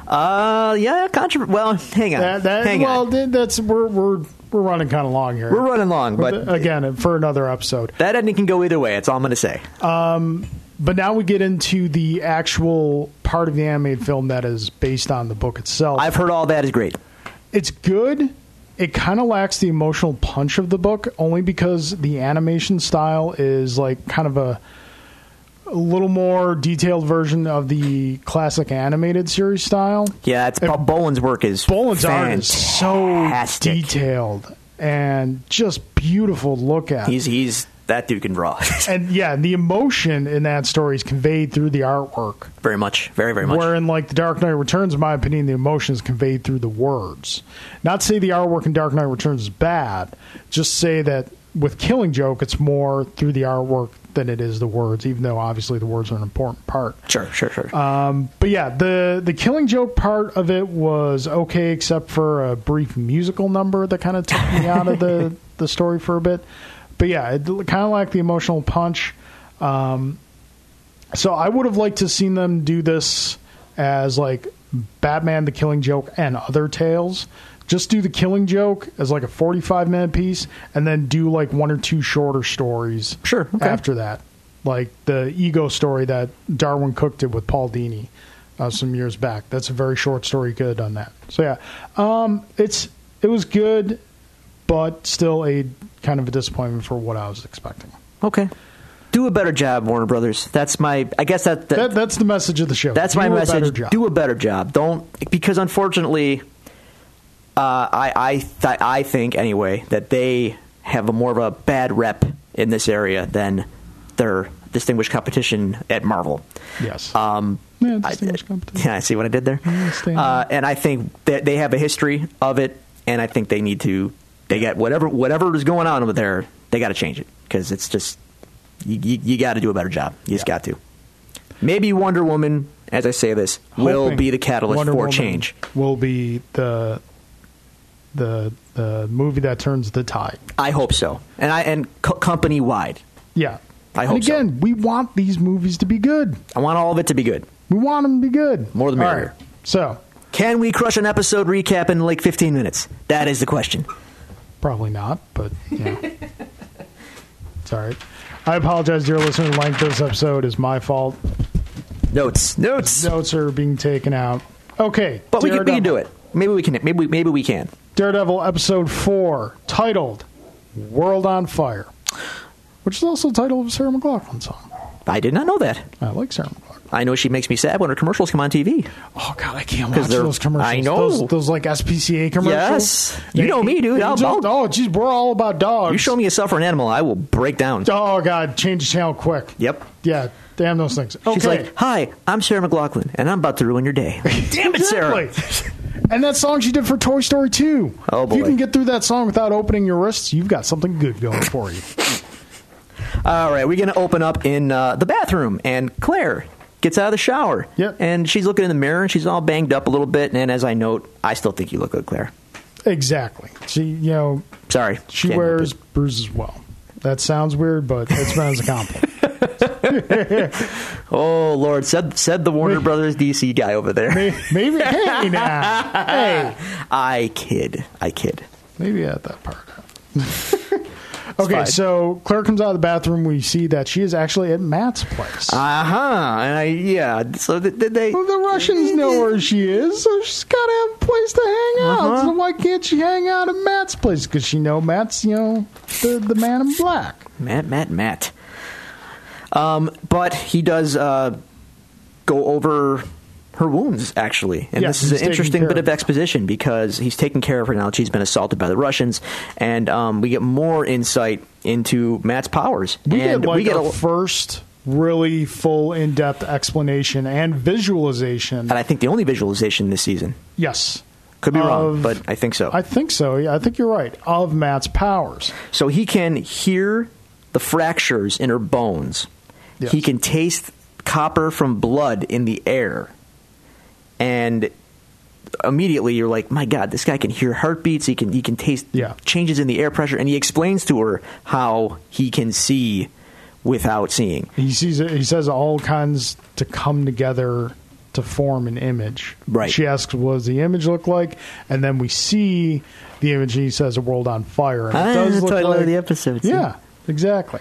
Speaker 2: Uh, yeah, controversial. Well, hang on,
Speaker 1: That, that,
Speaker 2: hang
Speaker 1: well,
Speaker 2: on.
Speaker 1: th- that's we're we're we're running kind of long here.
Speaker 2: We're running long, but
Speaker 1: again for another episode.
Speaker 2: that ending can go either way. That's all I'm going to say.
Speaker 1: Oh. But now we get into the actual part of the animated film that is based on the book itself.
Speaker 2: I've heard all that is great.
Speaker 1: it's good. It kind of lacks the emotional punch of the book only because the animation style is like kind of a a little more detailed version of the classic animated series style.
Speaker 2: Yeah, it's Bob Boland's work is
Speaker 1: Boland's art is so
Speaker 2: fantastic.
Speaker 1: detailed and just beautiful to look at.
Speaker 2: He's he's that dude can draw
Speaker 1: and yeah, the emotion in that story is conveyed through the artwork.
Speaker 2: very much, very very much.
Speaker 1: Where in like the Dark Knight Returns, in my opinion, the emotion is conveyed through the words. Not to say the artwork in Dark Knight Returns is bad, just say that with Killing Joke, it's more through the artwork than it is the words, even though obviously the words are an important part.
Speaker 2: Sure, sure, sure.
Speaker 1: Um, but yeah, the the Killing Joke part of it was okay, except for a brief musical number that kind of took me out of the the story for a bit. But yeah, it kind of lacked the emotional punch. Um, so I would have liked to seen them do this as like Batman, The Killing Joke, and other tales. Just do The Killing Joke as like a forty-five minute piece, and then do like one or two shorter stories.
Speaker 2: Sure, okay.
Speaker 1: After that, like the ego story that Darwin Cook did with Paul Dini uh, some years back. That's a very short story. You Could have done that. So yeah, um, it's it was good, but still a kind of a disappointment for what I was expecting.
Speaker 2: okay. Do a better job, Warner Brothers. That's my. I guess that, that,
Speaker 1: That, that's the message of the show.
Speaker 2: that's
Speaker 1: Do
Speaker 2: my
Speaker 1: a better
Speaker 2: message.
Speaker 1: job.
Speaker 2: Do a better job. Don't because unfortunately, uh, I I th- I think anyway that they have a more of a bad rep in this area than their distinguished competition at Marvel.
Speaker 1: yes.
Speaker 2: Um,
Speaker 1: Yeah,
Speaker 2: I,
Speaker 1: distinguished competition.
Speaker 2: yeah, I see what I did there.
Speaker 1: Yeah, stand
Speaker 2: Uh,
Speaker 1: up.
Speaker 2: and I think that they have a history of it, and I think they need to. They got whatever whatever is going on over there. They got to change it because it's just you, you, you got to do a better job. You just
Speaker 1: Yeah.
Speaker 2: got to. Maybe Wonder Woman, as I say this, will
Speaker 1: Hoping
Speaker 2: be the catalyst
Speaker 1: Wonder
Speaker 2: for
Speaker 1: Woman
Speaker 2: change.
Speaker 1: Will be the the the movie that turns the tide.
Speaker 2: I hope so, and I and co- company wide,
Speaker 1: Yeah.
Speaker 2: I
Speaker 1: and
Speaker 2: hope so.
Speaker 1: again, we want these movies to be good.
Speaker 2: I want all of it to be good.
Speaker 1: We want them to be good.
Speaker 2: More the
Speaker 1: All
Speaker 2: merrier.
Speaker 1: right. So
Speaker 2: Can we crush an episode recap in like 15 minutes? That is the question.
Speaker 1: probably not, but yeah. it's all right. I apologize, dear listener. The length of this episode is my fault.
Speaker 2: Notes, notes.
Speaker 1: Notes are being taken out. Okay,
Speaker 2: But we can, we can
Speaker 1: Daredevil.
Speaker 2: do it. Maybe we can. Maybe we, maybe we can.
Speaker 1: Daredevil episode four, titled "World on Fire," which is also the title of a Sarah McLaughlin song.
Speaker 2: I did not know that.
Speaker 1: I like Sarah McLaughlin.
Speaker 2: I know she makes me sad when her commercials come on TV.
Speaker 1: Oh God, I can't
Speaker 2: 'Cause
Speaker 1: watch
Speaker 2: they're-
Speaker 1: those commercials.
Speaker 2: I know.
Speaker 1: those, those like SPCA commercials.
Speaker 2: Yes. You know me, dude.
Speaker 1: They
Speaker 2: I'll-
Speaker 1: just-
Speaker 2: I'll-
Speaker 1: oh, geez, we're all about dogs.
Speaker 2: You show me a suffering animal, I will break down.
Speaker 1: Oh God, change the channel quick.
Speaker 2: Yep.
Speaker 1: Yeah, damn those things. Okay.
Speaker 2: She's like, "Hi, I'm Sarah McLaughlin, and I'm about to ruin your day." Damn it, Sarah!
Speaker 1: Exactly. and that song she did for Toy Story 2.
Speaker 2: Oh,
Speaker 1: If you
Speaker 2: boy.
Speaker 1: can get through that song without opening your wrists, you've got something good going for you.
Speaker 2: All right, we're gonna open up in uh, the bathroom, and Claire gets out of the shower.
Speaker 1: Yep.
Speaker 2: And she's looking in the mirror, and she's all banged up a little bit. And as I note, I still think you look good, Claire.
Speaker 1: exactly. She, you know,
Speaker 2: Sorry.
Speaker 1: she
Speaker 2: Can't help
Speaker 1: wears
Speaker 2: it.
Speaker 1: bruises well. That sounds weird, but it's meant as a compliment.
Speaker 2: Oh Lord, said said the Warner Brothers DC guy over there.
Speaker 1: Maybe, hey, now. Hey.
Speaker 2: I kid. I kid.
Speaker 1: Maybe at that part. okay,
Speaker 2: fine.
Speaker 1: so Claire comes out of the bathroom. We see that she is actually at Matt's place.
Speaker 2: Uh huh. And I yeah. So th- did they?
Speaker 1: Well, the Russians know where she is, so she's got to have a place to hang out.
Speaker 2: Uh-huh.
Speaker 1: So why can't she hang out at Matt's place? Because she know Matt's, you know, the, the man in black.
Speaker 2: Matt, Matt, Matt. Um, but he does uh, go over her wounds actually, and
Speaker 1: Yeah,
Speaker 2: this
Speaker 1: he's
Speaker 2: is an
Speaker 1: taking
Speaker 2: interesting
Speaker 1: care
Speaker 2: bit
Speaker 1: of
Speaker 2: of
Speaker 1: her.
Speaker 2: exposition because he's taking care of her now. that She's been assaulted by the Russians, and um, we get more insight into Matt's powers.
Speaker 1: We
Speaker 2: and
Speaker 1: get like
Speaker 2: we get
Speaker 1: a
Speaker 2: a,
Speaker 1: first really full in depth explanation and visualization.
Speaker 2: and I think the only visualization this season.
Speaker 1: yes.
Speaker 2: Could be wrong,
Speaker 1: Of-
Speaker 2: but I think so.
Speaker 1: I think so. Yeah, I think you're right. Of Matt's powers.
Speaker 2: So he can hear the fractures in her bones.
Speaker 1: Yes.
Speaker 2: He can taste copper from blood in the air. And immediately you're like, "My god, this guy can hear heartbeats, he can he can taste
Speaker 1: Yeah.
Speaker 2: changes in the air pressure." And he explains to her how he can see without seeing.
Speaker 1: He sees it, he says all kinds to come together to form an image.
Speaker 2: Right.
Speaker 1: She asks, "What does the image look like?" And then we see the image. and He says, "A world on fire." And
Speaker 2: Ah, the title of the episode, see?
Speaker 1: Yeah, exactly.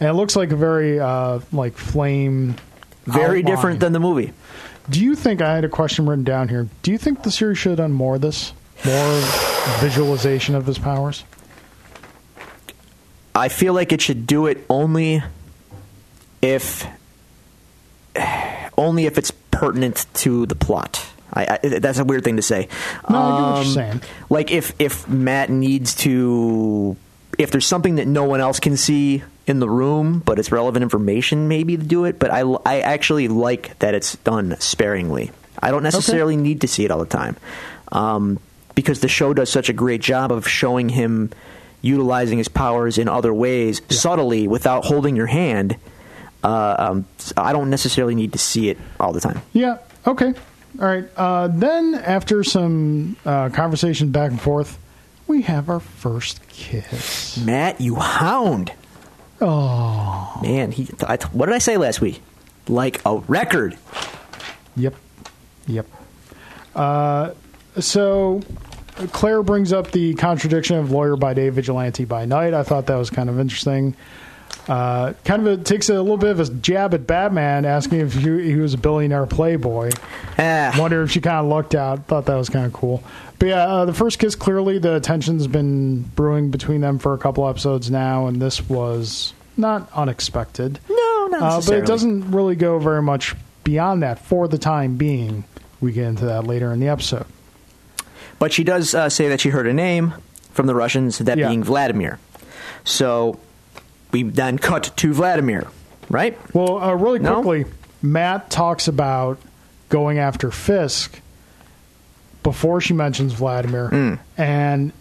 Speaker 1: And it looks like a very uh, like flame.
Speaker 2: Very
Speaker 1: outline.
Speaker 2: different than the movie.
Speaker 1: Do you think I had a question written down here? Do you think the series should have done more of this, more visualization of his powers?
Speaker 2: I feel like it should do it only if only if it's pertinent to the plot. I, I, that's a weird thing to say. Um,
Speaker 1: No, I get what you're saying.
Speaker 2: Like if if Matt needs to, if there's something that no one else can see in the room, but it's relevant information, maybe to do it. But I I actually like that it's done sparingly. I don't necessarily need to see it all the time, um, because the show does such a great job of showing him utilizing his powers in other ways subtly without holding your hand. Uh, um, I don't necessarily need to see it all the time.
Speaker 1: Yeah. Okay. All right. Uh, then after some uh, conversation back and forth, we have our first kiss.
Speaker 2: Matt, you hound.
Speaker 1: Oh.
Speaker 2: Man, he, I, what did I say last week? Like a record.
Speaker 1: Yep. Yep. Uh, so Claire brings up the contradiction of lawyer by day, vigilante by night. I thought that was kind of interesting. Uh, kind of a, takes a little bit of a jab at Batman, asking if he, he was a billionaire playboy.
Speaker 2: Ah.
Speaker 1: Wonder if she kind of lucked out. Thought that was kind of cool. But yeah, uh, the first kiss clearly the tension's been brewing between them for a couple episodes now, and this was not unexpected.
Speaker 2: No, not
Speaker 1: Uh, but
Speaker 2: necessarily.
Speaker 1: it doesn't really go very much beyond that for the time being. We get into that later in the episode.
Speaker 2: But she does uh, say that she heard a name from the Russians, that
Speaker 1: Yeah.
Speaker 2: being Vladimir. So we then cut to Vladimir, right?
Speaker 1: Well, uh, really
Speaker 2: No?
Speaker 1: quickly, Matt talks about going after Fisk before she mentions Vladimir,
Speaker 2: Hmm.
Speaker 1: and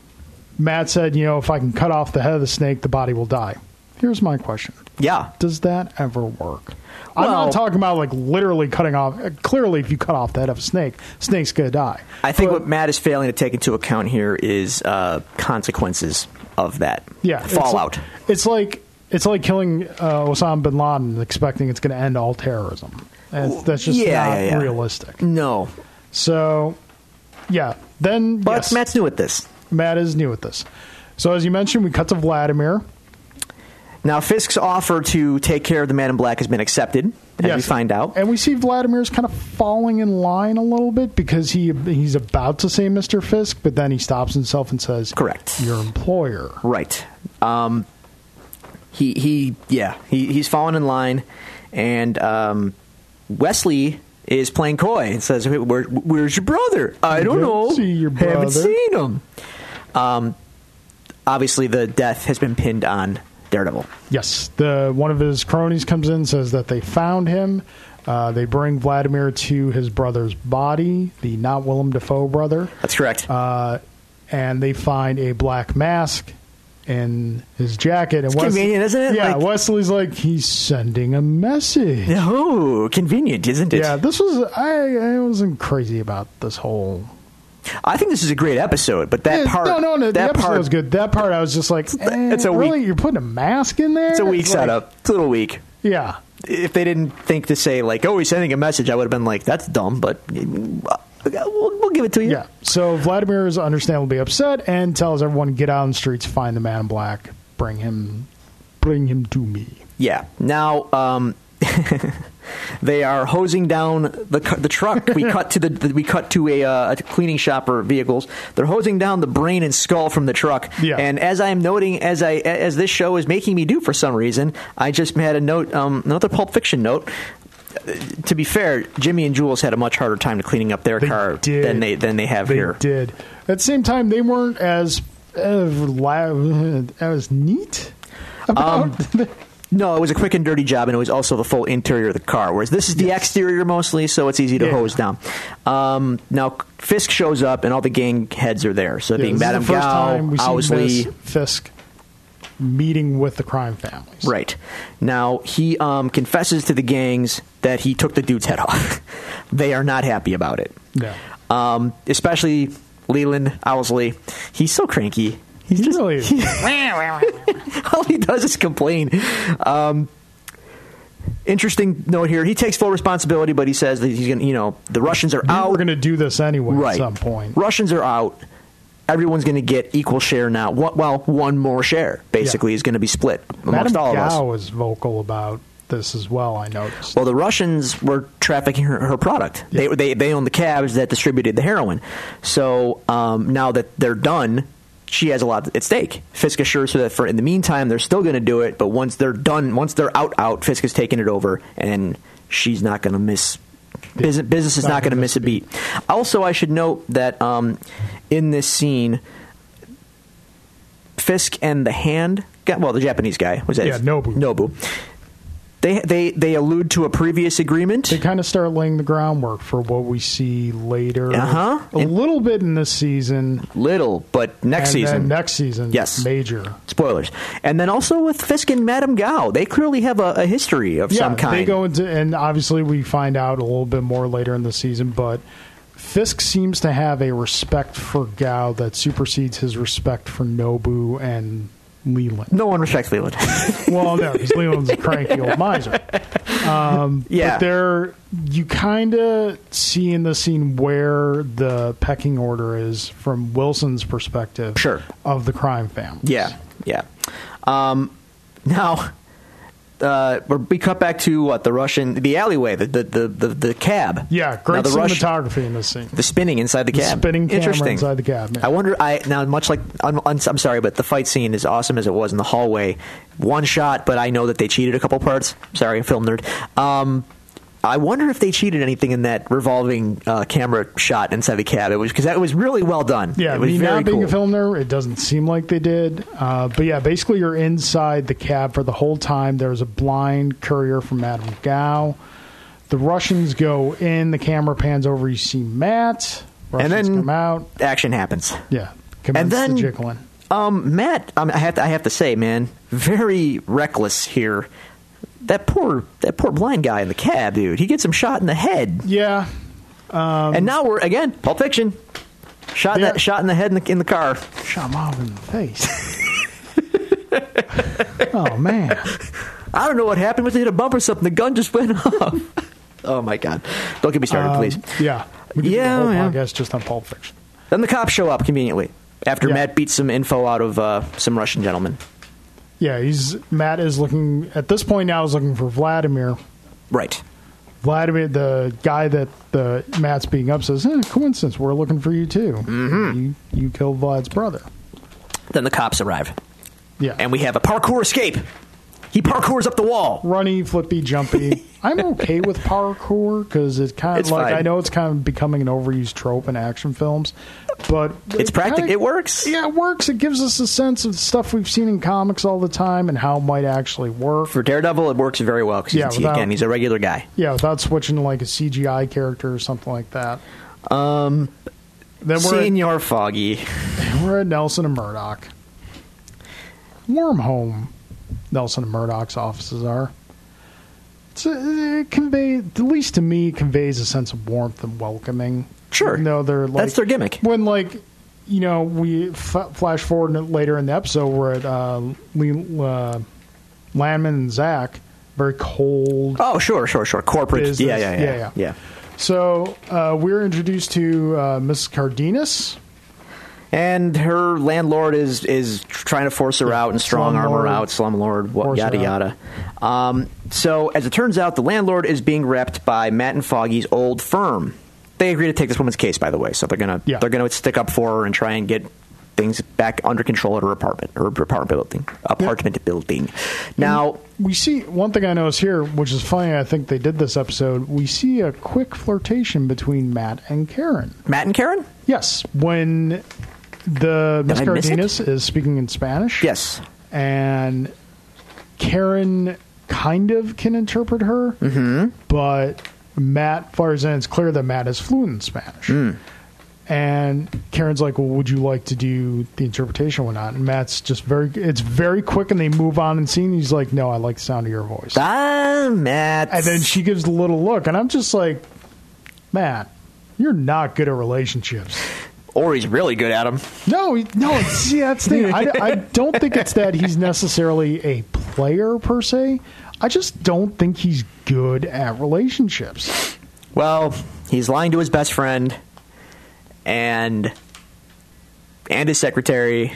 Speaker 1: Matt said, "You know, if I can cut off the head of the snake, the body will die." Here's my question:
Speaker 2: Yeah.
Speaker 1: Does that ever work? I'm
Speaker 2: Well-
Speaker 1: not talking about like literally cutting off. uh, Clearly, if you cut off the head of a snake, snake's gonna die.
Speaker 2: I think
Speaker 1: But-
Speaker 2: what Matt is failing to take into account here is uh, consequences of that.
Speaker 1: yeah it's
Speaker 2: Fallout.
Speaker 1: li- It's, like it's like killing uh, Osama bin Laden, and expecting it's going to end all terrorism. And that's just
Speaker 2: Yeah,
Speaker 1: not
Speaker 2: yeah, yeah.
Speaker 1: realistic.
Speaker 2: no.
Speaker 1: So, yeah. Then
Speaker 2: But
Speaker 1: yes,
Speaker 2: Matt's new at this.
Speaker 1: Matt is new at this. So as you mentioned, we cut to Vladimir.
Speaker 2: Now, Fisk's offer to take care of the man in black has been accepted, as we find out.
Speaker 1: and we see Vladimir's kind of falling in line a little bit because he he's about to say Mr. Fisk, but then he stops himself and says,
Speaker 2: Correct.
Speaker 1: your employer."
Speaker 2: Right. Um, he he yeah he he's fallen in line, and um, Wesley is playing coy and says, "Hey, where, "Where's your brother? I don't
Speaker 1: Don't
Speaker 2: know.
Speaker 1: see your brother."
Speaker 2: Haven't seen him." Um, obviously, the death has been pinned on Daredevil.
Speaker 1: Yes, the one of his cronies comes in says that they found him. Uh, they bring Vladimir to his brother's body, the not Willem Dafoe brother,
Speaker 2: That's correct.
Speaker 1: uh, and they find a black mask in his jacket. And Wes-
Speaker 2: convenient, isn't it?
Speaker 1: Yeah,
Speaker 2: Like-
Speaker 1: Wesley's like he's sending a message.
Speaker 2: oh, convenient, isn't it?
Speaker 1: Yeah, this was I, I wasn't crazy about this whole.
Speaker 2: I think this is a great episode, but that
Speaker 1: Yeah,
Speaker 2: part
Speaker 1: no, no, no. the
Speaker 2: that
Speaker 1: episode
Speaker 2: part
Speaker 1: was good. That part I was just like, eh,
Speaker 2: it's a
Speaker 1: really?
Speaker 2: weak-
Speaker 1: You're putting a mask in there?
Speaker 2: It's a weak
Speaker 1: like-
Speaker 2: setup. It's a little weak.
Speaker 1: Yeah,
Speaker 2: if they didn't think to say like, "Oh, he's sending a message," I would have been like, "That's dumb," but uh, we'll, we'll give it to you.
Speaker 1: Yeah. So Vladimir is understandably upset and tells everyone to get out on the streets, find the man in black, bring him bring him to me.
Speaker 2: Yeah. Now, um, they are hosing down the cu- the truck. we cut to the, the we cut to a, uh, a cleaning shop or vehicles. They're hosing down the brain and skull from the truck.
Speaker 1: Yeah.
Speaker 2: And as I am noting, as I as this show is making me do for some reason, I just had a note, um, another Pulp Fiction note. Uh, To be fair, Jimmy and Jules had a much harder time cleaning up their
Speaker 1: They
Speaker 2: car
Speaker 1: did.
Speaker 2: than they than they have
Speaker 1: They
Speaker 2: here.
Speaker 1: did. At the same time, they weren't as uh, la- as neat about
Speaker 2: No, it was a quick and dirty job, and it was also the full interior of the car. Whereas this is the exterior mostly, so it's easy to
Speaker 1: Yeah.
Speaker 2: hose down. Um, now Fisk shows up, and all the gang heads are there. So
Speaker 1: this
Speaker 2: being
Speaker 1: is
Speaker 2: Madame
Speaker 1: the first
Speaker 2: Gao,
Speaker 1: time we see
Speaker 2: Owsley,
Speaker 1: Miss Fisk meeting with the crime families.
Speaker 2: right? Now he um, confesses to the gangs that he took the dude's head off. they are not happy about it.
Speaker 1: Yeah.
Speaker 2: Um, especially Leland Owsley. He's so cranky. He's
Speaker 1: He
Speaker 2: just
Speaker 1: really is.
Speaker 2: all he does is complain. Um, interesting note here. He takes full responsibility, but he says that he's going to, you know, the Russians are
Speaker 1: We're
Speaker 2: out.
Speaker 1: going to do this anyway
Speaker 2: right.
Speaker 1: at some point.
Speaker 2: Russians are out. Everyone's going to get equal share now. What- Well, one more share basically
Speaker 1: Yeah.
Speaker 2: is going to be split amongst
Speaker 1: Madame
Speaker 2: all of us.
Speaker 1: Gao is vocal about this as well, I noticed.
Speaker 2: Well, the Russians were trafficking her, her product. They, they they owned the cabs that distributed the heroin. So um, now that they're done, she has a lot at stake. Fisk assures her that for in the meantime they're still going to do it, but once they're done, once they're out, out, Fisk has taken it over, and she's not going to miss. Business, business is
Speaker 1: Not
Speaker 2: not going to
Speaker 1: gonna
Speaker 2: miss a beat. Also, I should note that um, in this scene, Fisk and the hand guy, well, the Japanese guy was that
Speaker 1: Yeah,
Speaker 2: his-
Speaker 1: Nobu.
Speaker 2: Nobu They they they allude to a previous agreement.
Speaker 1: They kind of start laying the groundwork for what we see later.
Speaker 2: Uh-huh.
Speaker 1: A little bit in this season.
Speaker 2: Little, but next
Speaker 1: and
Speaker 2: season.
Speaker 1: Then next season.
Speaker 2: Yes.
Speaker 1: Major.
Speaker 2: Spoilers. And then also with Fisk and Madame Gao, they clearly have a, a history of some kind.
Speaker 1: They go into, and obviously we find out a little bit more later in the season, but Fisk seems to have a respect for Gao that supersedes his respect for Nobu and Leland.
Speaker 2: no one respects Leland.
Speaker 1: Well, no, because Leland's a cranky old miser.
Speaker 2: yeah.
Speaker 1: But there, you kind of see in the scene where the pecking order is from Wilson's perspective.
Speaker 2: Sure.
Speaker 1: Of the crime family.
Speaker 2: Yeah, yeah. Um, now, uh, we're- we cut back to what the Russian, the alleyway, the the the, the, the cab.
Speaker 1: Yeah.
Speaker 2: Now,
Speaker 1: Great
Speaker 2: the Russian-
Speaker 1: cinematography in this scene.
Speaker 2: the spinning inside the cab.
Speaker 1: spinning camera
Speaker 2: Interesting.
Speaker 1: inside the cab, yeah.
Speaker 2: I wonder. I now much like I'm, I'm I'm sorry, but the fight scene is awesome as it was in the hallway. One shot, but I know that they cheated a couple parts. Sorry, film nerd. Um, I wonder if they cheated anything in that revolving uh, camera shot inside the cab. It was because that was really well done.
Speaker 1: Yeah,
Speaker 2: it was
Speaker 1: me
Speaker 2: very
Speaker 1: not being
Speaker 2: cool.
Speaker 1: a film nerd, it doesn't seem like they did. Uh, but yeah, basically, you're inside the cab for the whole time. There's a blind courier from Madame Gao. The Russians go in. The camera pans over. You see Matt. Russians
Speaker 2: then-
Speaker 1: come out.
Speaker 2: Action happens.
Speaker 1: Yeah, commence
Speaker 2: then-
Speaker 1: the jiggling.
Speaker 2: Um, Matt, um, I have to, I have to say, man, very reckless here. That poor, that poor blind guy in the cab, dude. He gets him shot in the head,
Speaker 1: Yeah,
Speaker 2: and now we're again Pulp Fiction. Shot in
Speaker 1: Mm-hmm. Yeah.
Speaker 2: that, shot in the head in the, in the car.
Speaker 1: shot him off in the face. oh man,
Speaker 2: I don't know what happened, but they hit a bump or something. The gun just went off. oh my god! Don't get
Speaker 1: Um,
Speaker 2: me started, please.
Speaker 1: yeah, we could
Speaker 2: Yeah,
Speaker 1: do a
Speaker 2: yeah.
Speaker 1: whole podcast just on Pulp Fiction.
Speaker 2: Then the cops show up conveniently after
Speaker 1: Yeah.
Speaker 2: Matt beats some info out of uh, some Russian gentleman.
Speaker 1: Yeah, he's Matt is looking at this point now is looking for Vladimir.
Speaker 2: Right.
Speaker 1: Vladimir, the guy that the Matt's beating up, says, eh, "Coincidence. We're looking for you too.
Speaker 2: Mm-hmm.
Speaker 1: You you killed Vlad's brother."
Speaker 2: Then the cops arrive,
Speaker 1: Yeah,
Speaker 2: and we have a parkour escape. He parkours up the wall.
Speaker 1: runny, flippy, jumpy. I'm okay with parkour because it kind of
Speaker 2: It's
Speaker 1: like
Speaker 2: fine.
Speaker 1: I know it's kind of becoming an overused trope in action films, but
Speaker 2: It's
Speaker 1: it kinda-
Speaker 2: practic- it works.
Speaker 1: Yeah, it works. It gives us a sense of stuff we've seen in comics all the time and how it might actually work.
Speaker 2: For Daredevil, it works very well because
Speaker 1: Yeah,
Speaker 2: he's,
Speaker 1: without-
Speaker 2: again, he's a regular guy.
Speaker 1: Yeah, without switching to like a CGI character or something like that. Um, then we're at-
Speaker 2: Senior Foggy.
Speaker 1: We're at Nelson and Murdoch. Warm home, Nelson and Murdoch's offices are. It's a, it conveys, at least to me, conveys a sense of warmth and welcoming.
Speaker 2: Sure.
Speaker 1: no, they're like,
Speaker 2: That's their gimmick.
Speaker 1: When like, you know, we f- flash forward later in the episode, we're at uh, Lee, uh, Landman and Zach, very cold.
Speaker 2: Oh, sure, sure, sure. Corporate.
Speaker 1: Business.
Speaker 2: Yeah, yeah, yeah,
Speaker 1: Yeah, yeah. So uh, we're introduced to uh, Miss Cardenas.
Speaker 2: And her landlord is is trying to force her out and strong arm her
Speaker 1: slumlord.
Speaker 2: out, slumlord, what,
Speaker 1: Force her
Speaker 2: yada
Speaker 1: out.
Speaker 2: yada. Um, so as it turns out, the landlord is being repped by Matt and Foggy's old firm. They agree to take this woman's case, by the way. So they're gonna
Speaker 1: Yeah.
Speaker 2: they're gonna stick up for her and try and get things back under control at her apartment, her apartment building, apartment building. Now,
Speaker 1: we see one thing I noticed here, which is funny. I think they did this episode. We see a quick flirtation between Matt and Karen.
Speaker 2: Matt and Karen.
Speaker 1: Yes, when the Miss
Speaker 2: I miss it?
Speaker 1: Cardenas is speaking in Spanish.
Speaker 2: Yes.
Speaker 1: and Karen kind of can interpret her, mm-hmm. but Matt fires in. It's clear that Matt is fluent in Spanish. And Karen's like, "Well, would you like to do the interpretation or not?" And Matt's just very—it's very quick, and they move on and scene. He's like, "No, I like the sound of your voice."
Speaker 2: Ah, Matt.
Speaker 1: And then she gives the little look, and I'm just like, Matt, you're not good at relationships.
Speaker 2: or he's really good at him.
Speaker 1: No, he- no, see, that's the thing. I, I don't think it's that he's necessarily a player per se. I just don't think he's good at relationships.
Speaker 2: Well, he's lying to his best friend and and his secretary.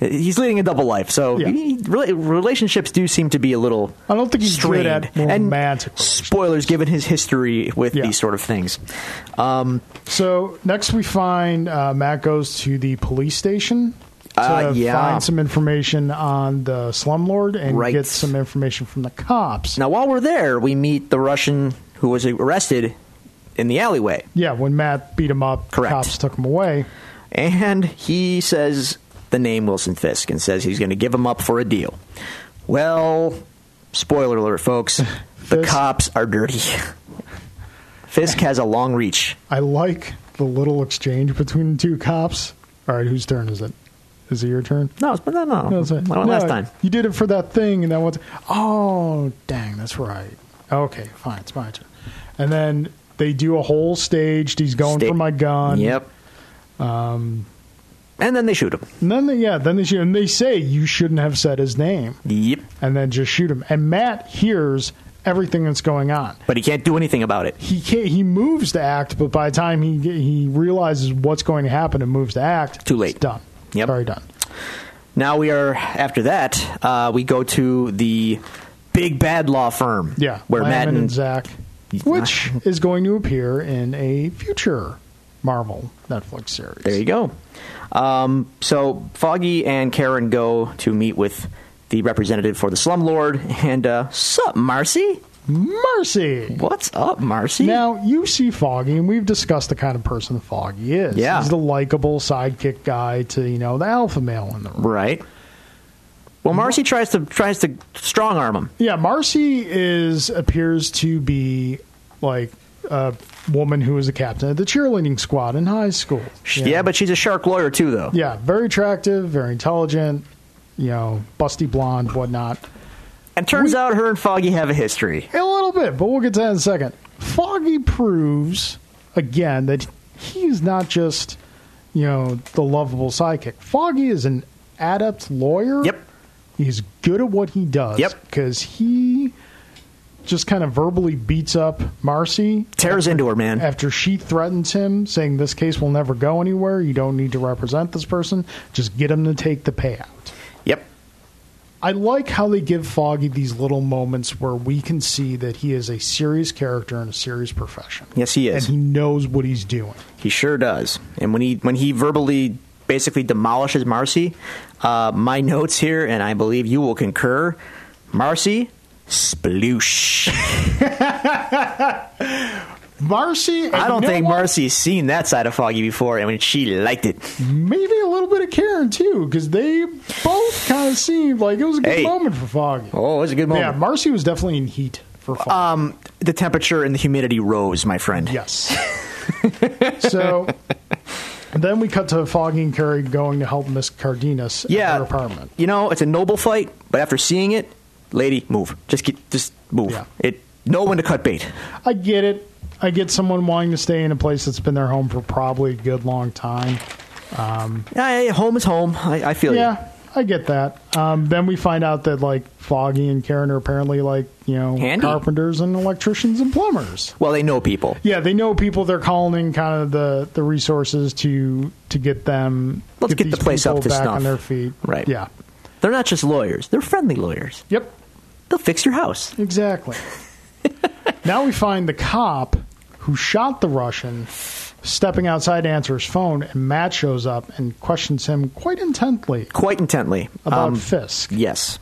Speaker 2: He's leading a double life, so
Speaker 1: Yeah.
Speaker 2: he- rela- relationships do seem to be a little.
Speaker 1: I don't think he's good
Speaker 2: strained.
Speaker 1: at
Speaker 2: and
Speaker 1: romantic relationships.
Speaker 2: spoilers, given his history with
Speaker 1: Yeah.
Speaker 2: these sort of things. Um,
Speaker 1: So next we find uh, Matt goes to the police station to
Speaker 2: Uh, yeah.
Speaker 1: find some information on the slumlord and
Speaker 2: Right.
Speaker 1: get some information from the cops.
Speaker 2: now, while we're there, we meet the Russian who was arrested in the alleyway.
Speaker 1: Yeah, when Matt beat him up,
Speaker 2: Correct.
Speaker 1: cops took him away.
Speaker 2: And he says the name Wilson Fisk and says he's going to give him up for a deal. Well, spoiler alert, folks. The
Speaker 1: Fisk.
Speaker 2: cops are dirty. Fisk has a long reach.
Speaker 1: I like the little exchange between the two cops. All right, whose turn is it? Is it your turn?
Speaker 2: No, it's- no, no.
Speaker 1: No, it's
Speaker 2: no.
Speaker 1: not.
Speaker 2: Well, last
Speaker 1: No,
Speaker 2: time.
Speaker 1: You did it for that thing, and that was. Oh, dang, that's right. Okay, fine, it's my turn. And then they do a whole stage. He's going
Speaker 2: Sta-
Speaker 1: for my gun. Um,
Speaker 2: Yep. Um, and then they shoot him.
Speaker 1: And then they, yeah, then they shoot, and they say you shouldn't have said his name,
Speaker 2: Yep.
Speaker 1: and then just shoot him. And Matt hears everything that's going on.
Speaker 2: But he can't do anything about it.
Speaker 1: He can't, he moves to act, but by the time he he realizes what's going to happen and moves to act,
Speaker 2: Too late.
Speaker 1: It's done.
Speaker 2: Yep.
Speaker 1: It's already done.
Speaker 2: Now we are after that. Uh, we go to the big bad law firm.
Speaker 1: Yeah,
Speaker 2: where
Speaker 1: Lyman
Speaker 2: Matt and
Speaker 1: and Zach, which is going to appear in a future Marvel Netflix series.
Speaker 2: There you go. Um, so Foggy and Karen go to meet with the representative for the slumlord, and uh, sup, Marcy?
Speaker 1: Mercy.
Speaker 2: What's up, Marcy?
Speaker 1: Now you see Foggy, and we've discussed the kind of person Foggy is.
Speaker 2: Yeah.
Speaker 1: he's the likable sidekick guy to you know the alpha male in the room.
Speaker 2: right. Well, Marcy tries to tries to strong arm him.
Speaker 1: Yeah, Marcy is appears to be like a woman who was a captain at the cheerleading squad in high school.
Speaker 2: Yeah. but she's a shark lawyer too, though.
Speaker 1: yeah, very attractive, very intelligent, you know, busty blonde, whatnot.
Speaker 2: And turns out her and Foggy have a history.
Speaker 1: A little bit, but we'll get to that in a second. Foggy proves again that he's not just, you know, the lovable sidekick. Foggy is an adept lawyer.
Speaker 2: Yep.
Speaker 1: He's good at what he does.
Speaker 2: Yep.
Speaker 1: Because he just kind of verbally beats up Marcy
Speaker 2: Tears into her, man.
Speaker 1: after she threatens him, saying, This case will never go anywhere. You don't need to represent this person. Just get him to take the payout.
Speaker 2: Yep.
Speaker 1: I like how they give Foggy these little moments where we can see that he is a serious character in a serious profession.
Speaker 2: Yes, he is.
Speaker 1: And he knows what he's doing.
Speaker 2: He sure does. And when he when he verbally basically demolishes Marcy, uh, my notes here, and I believe you will concur, Marcy sploosh.
Speaker 1: Marcy, and
Speaker 2: I don't
Speaker 1: you know
Speaker 2: think
Speaker 1: what?
Speaker 2: Marcy's seen that side of Foggy before, and she liked it.
Speaker 1: Maybe a little bit of Karen, too, because they both kind of seemed like it was a good
Speaker 2: Hey.
Speaker 1: moment for Foggy.
Speaker 2: Oh, it was a good
Speaker 1: yeah,
Speaker 2: moment.
Speaker 1: Marcy was definitely in heat for Foggy.
Speaker 2: um, the temperature and the humidity rose, my friend.
Speaker 1: Yes. so then we cut to Foggy and Carrie going to help Miss Cardenas
Speaker 2: Yeah.
Speaker 1: at her apartment.
Speaker 2: You know, it's a noble fight, but after seeing it, lady, move. Just get, just move.
Speaker 1: Yeah.
Speaker 2: It. Know when to cut bait.
Speaker 1: I get it. I get someone wanting to stay in a place that's been their home for probably a good long time.
Speaker 2: Eh, home is home. I, I feel
Speaker 1: Yeah, I get that. Um, then we find out that like Foggy and Karen are apparently like you know
Speaker 2: Handy.
Speaker 1: carpenters and electricians and plumbers.
Speaker 2: you. Well, they know people.
Speaker 1: Yeah, they know people. They're calling in kind of the, the resources to to get them
Speaker 2: Let's get the
Speaker 1: these
Speaker 2: place up
Speaker 1: people
Speaker 2: to
Speaker 1: back
Speaker 2: snuff.
Speaker 1: on their feet.
Speaker 2: Right.
Speaker 1: Yeah.
Speaker 2: They're not just lawyers. They're friendly lawyers.
Speaker 1: Yep.
Speaker 2: They'll fix your house.
Speaker 1: Exactly. now we find the cop who shot the Russian stepping outside to answer his phone, and Matt shows up and questions him quite intently
Speaker 2: Quite intently.
Speaker 1: about
Speaker 2: Um,
Speaker 1: Fisk.
Speaker 2: yes.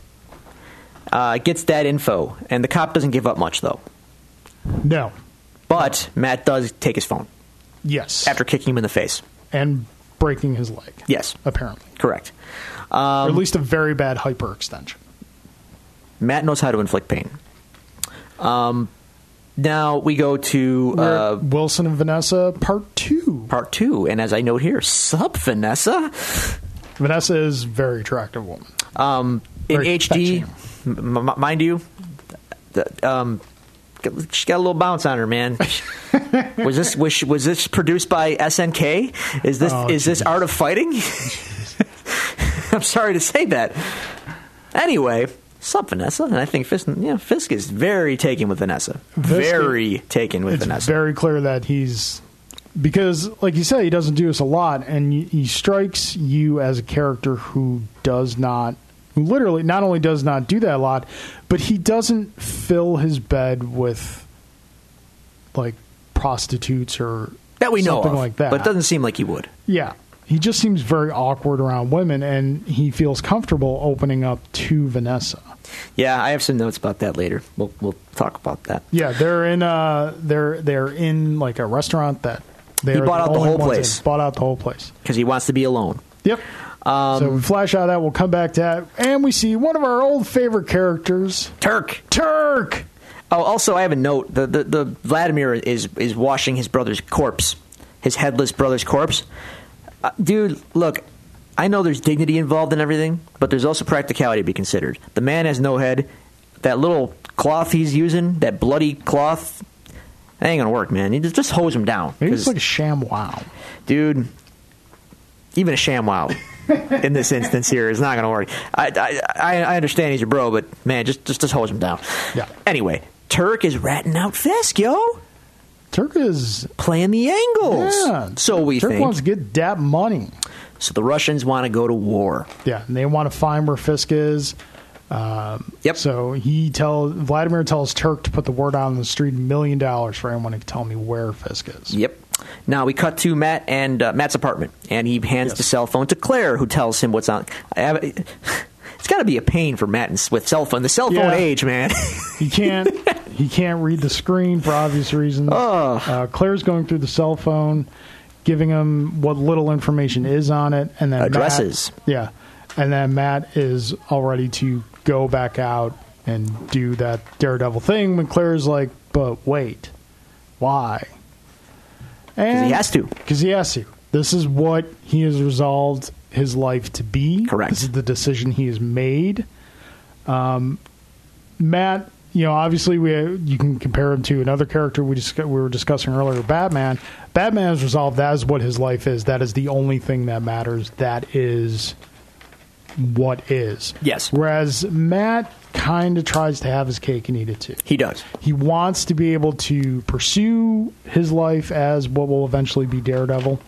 Speaker 2: Uh, gets that info, and the cop doesn't give up much though.
Speaker 1: No.
Speaker 2: But Matt does take his phone
Speaker 1: Yes.
Speaker 2: after kicking him in the face.
Speaker 1: and breaking his leg.
Speaker 2: Yes,
Speaker 1: Apparently.
Speaker 2: correct.
Speaker 1: or
Speaker 2: Um,
Speaker 1: at least a very bad hyperextension.
Speaker 2: Matt knows how to inflict pain. Um, now we go to
Speaker 1: We're at
Speaker 2: uh,
Speaker 1: Wilson and Vanessa, part two.
Speaker 2: part two, and as I note here, sub Vanessa
Speaker 1: Vanessa is a very attractive woman.
Speaker 2: um, in
Speaker 1: Very
Speaker 2: HD, m- m- mind you. th- th- Um, she got a little bounce on her, man. was this was, she- was this produced by SNK? Is this
Speaker 1: Oh,
Speaker 2: is this
Speaker 1: geez.
Speaker 2: Art of Fighting? I'm sorry to say that. Anyway, sup Vanessa, and I think Fisk, yeah, Fisk is very taken with Vanessa. very taken with
Speaker 1: it's
Speaker 2: Vanessa.
Speaker 1: very clear that he's because like you said he doesn't do this a lot and y- he strikes you as a character who does not who literally not only does not do that a lot but he doesn't fill his bed with like prostitutes or
Speaker 2: that we know
Speaker 1: something
Speaker 2: of,
Speaker 1: like that
Speaker 2: but it doesn't seem like he would.
Speaker 1: yeah he just seems very awkward around women and he feels comfortable opening up to vanessa
Speaker 2: Yeah, I have some notes about that later. We'll we'll talk about that.
Speaker 1: Yeah, they're in uh they're they're in like a restaurant that they
Speaker 2: He bought out the whole place.
Speaker 1: Bought out the whole place.
Speaker 2: because he wants to be alone.
Speaker 1: Yep.
Speaker 2: Um,
Speaker 1: so we flash out of that. We'll come back to that, and we see one of our old favorite characters,
Speaker 2: Turk.
Speaker 1: Turk.
Speaker 2: Oh, also, I have a note. The, the the Vladimir is is washing his brother's corpse, his headless brother's corpse. Uh, dude, look, I know there's dignity involved in everything, but there's also practicality to be considered. The man has no head. That little cloth he's using, that bloody cloth, that ain't gonna work, man. You just, just hose him down.
Speaker 1: Maybe
Speaker 2: 'cause-
Speaker 1: it's like a sham wow.
Speaker 2: dude, even a ShamWow in this instance here is not going to work. I, I I I understand he's your bro, but man, just just just hose him down.
Speaker 1: Yeah.
Speaker 2: Anyway, Turk is ratting out Fisk, yo,
Speaker 1: Turk is
Speaker 2: playing the angles.
Speaker 1: yeah.
Speaker 2: So we
Speaker 1: Turk
Speaker 2: think.
Speaker 1: wants to get that money.
Speaker 2: so the Russians want to go to war.
Speaker 1: Yeah, and they want to find where Fisk is.
Speaker 2: Yep.
Speaker 1: So he tell Vladimir tells Turk to put the word out on the street, million dollars for anyone who can tell me where Fisk is.
Speaker 2: Yep. Now we cut to Matt and uh, Matt's apartment, and he hands
Speaker 1: Yes.
Speaker 2: the cell phone to Claire, who tells him what's on. I have, it's got to be a pain for Matt and, with cell phone. The cell phone
Speaker 1: Yeah.
Speaker 2: age, man.
Speaker 1: He can't he can't read the screen for obvious reasons. Uh, Claire's going through the cell phone, giving him what little information is on it, and then Matt-
Speaker 2: Addresses.
Speaker 1: yeah, and then Matt is all ready to go back out and do that daredevil thing when Claire's like, "But wait, why?" And
Speaker 2: has to.
Speaker 1: Because he has to. This is what he has resolved his life to be.
Speaker 2: Correct.
Speaker 1: This is the decision he has made. Um, Matt, you know, obviously we you can compare him to another character we just we were discussing earlier, Batman. Batman has resolved that is what his life is. That is the only thing that matters. That is what is.
Speaker 2: Yes.
Speaker 1: Whereas Matt kind of tries to have his cake and eat it too
Speaker 2: he does.
Speaker 1: he wants to be able to pursue his life as what will eventually be Daredevil.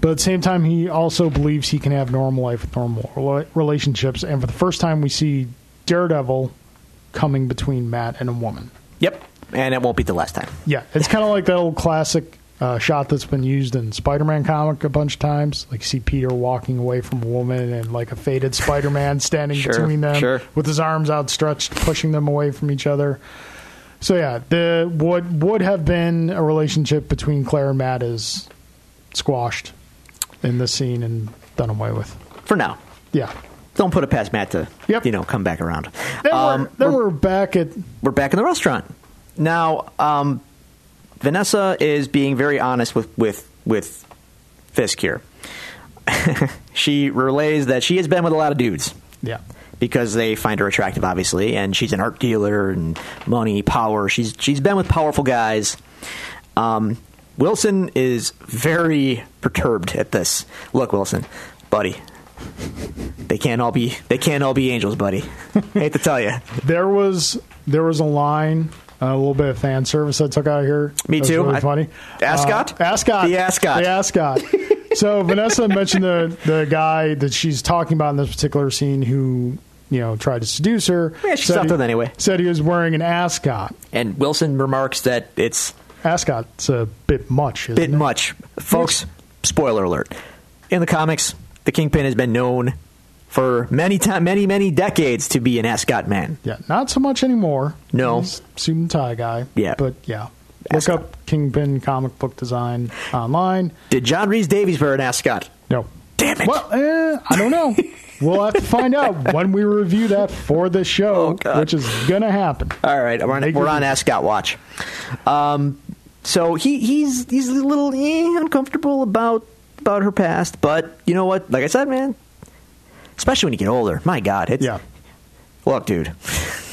Speaker 1: But at the same time, he also believes he can have normal life with normal rela- relationships. And for the first time, we see Daredevil coming between Matt and a woman.
Speaker 2: Yep. And it won't be the last time.
Speaker 1: Yeah, it's kind of like that old classic uh, shot that's been used in Spider-Man comic a bunch of times. Like you see Peter walking away from a woman and like a faded Spider-Man standing
Speaker 2: Sure,
Speaker 1: between them
Speaker 2: sure.
Speaker 1: with his arms outstretched, pushing them away from each other. So yeah, the what would have been a relationship between Claire and Matt is squashed in this scene and done away with.
Speaker 2: For now.
Speaker 1: Yeah.
Speaker 2: Don't put it past Matt to
Speaker 1: Yep.
Speaker 2: you know come back around.
Speaker 1: Then,
Speaker 2: Um,
Speaker 1: we're, then we're back at
Speaker 2: we're back in the restaurant now. Um, Vanessa is being very honest with with with Fisk here. she relays that she has been with a lot of dudes
Speaker 1: yeah.
Speaker 2: because they find her attractive, obviously, and she's an art dealer and money, power. She's she's been with powerful guys. Um, Wilson is very perturbed at this. Look, Wilson, buddy, they can't all be they can't all be angels, buddy. Hate to tell you,
Speaker 1: There was there was a line, uh, a little bit of fan service I took out of here.
Speaker 2: Me
Speaker 1: That was
Speaker 2: too.
Speaker 1: really
Speaker 2: I-
Speaker 1: funny.
Speaker 2: Ascot?
Speaker 1: Uh, ascot.
Speaker 2: The Ascot.
Speaker 1: The ascot. so Vanessa mentioned the the guy that she's talking about in this particular scene who you know tried to seduce her.
Speaker 2: Yeah, she
Speaker 1: Said
Speaker 2: slept
Speaker 1: he-
Speaker 2: with anyway.
Speaker 1: Said he was wearing an ascot.
Speaker 2: and Wilson remarks that it's
Speaker 1: Ascot's a bit much. Isn't
Speaker 2: bit
Speaker 1: it?
Speaker 2: much, folks. Spoiler alert: in the comics, the Kingpin has been known for many time, many many decades to be an ascot man.
Speaker 1: Yeah, not so much anymore.
Speaker 2: No.
Speaker 1: He's suit and tie guy.
Speaker 2: Yeah.
Speaker 1: but yeah.
Speaker 2: Ascot.
Speaker 1: Look up Kingpin comic book design online.
Speaker 2: Did John Reese Davies wear an ascot?
Speaker 1: No.
Speaker 2: Damn it.
Speaker 1: Well, eh, I don't know. we'll have to find out when we review that for the
Speaker 2: Oh,
Speaker 1: show,
Speaker 2: God.
Speaker 1: which is gonna happen.
Speaker 2: All right, we're on,
Speaker 1: Make
Speaker 2: we're
Speaker 1: your-
Speaker 2: on Ascot watch. Um, so he he's he's a little eh, uncomfortable about about her past, but you know what? Like I said, man, especially when you get older, my God, it's
Speaker 1: Yeah,
Speaker 2: Look, dude,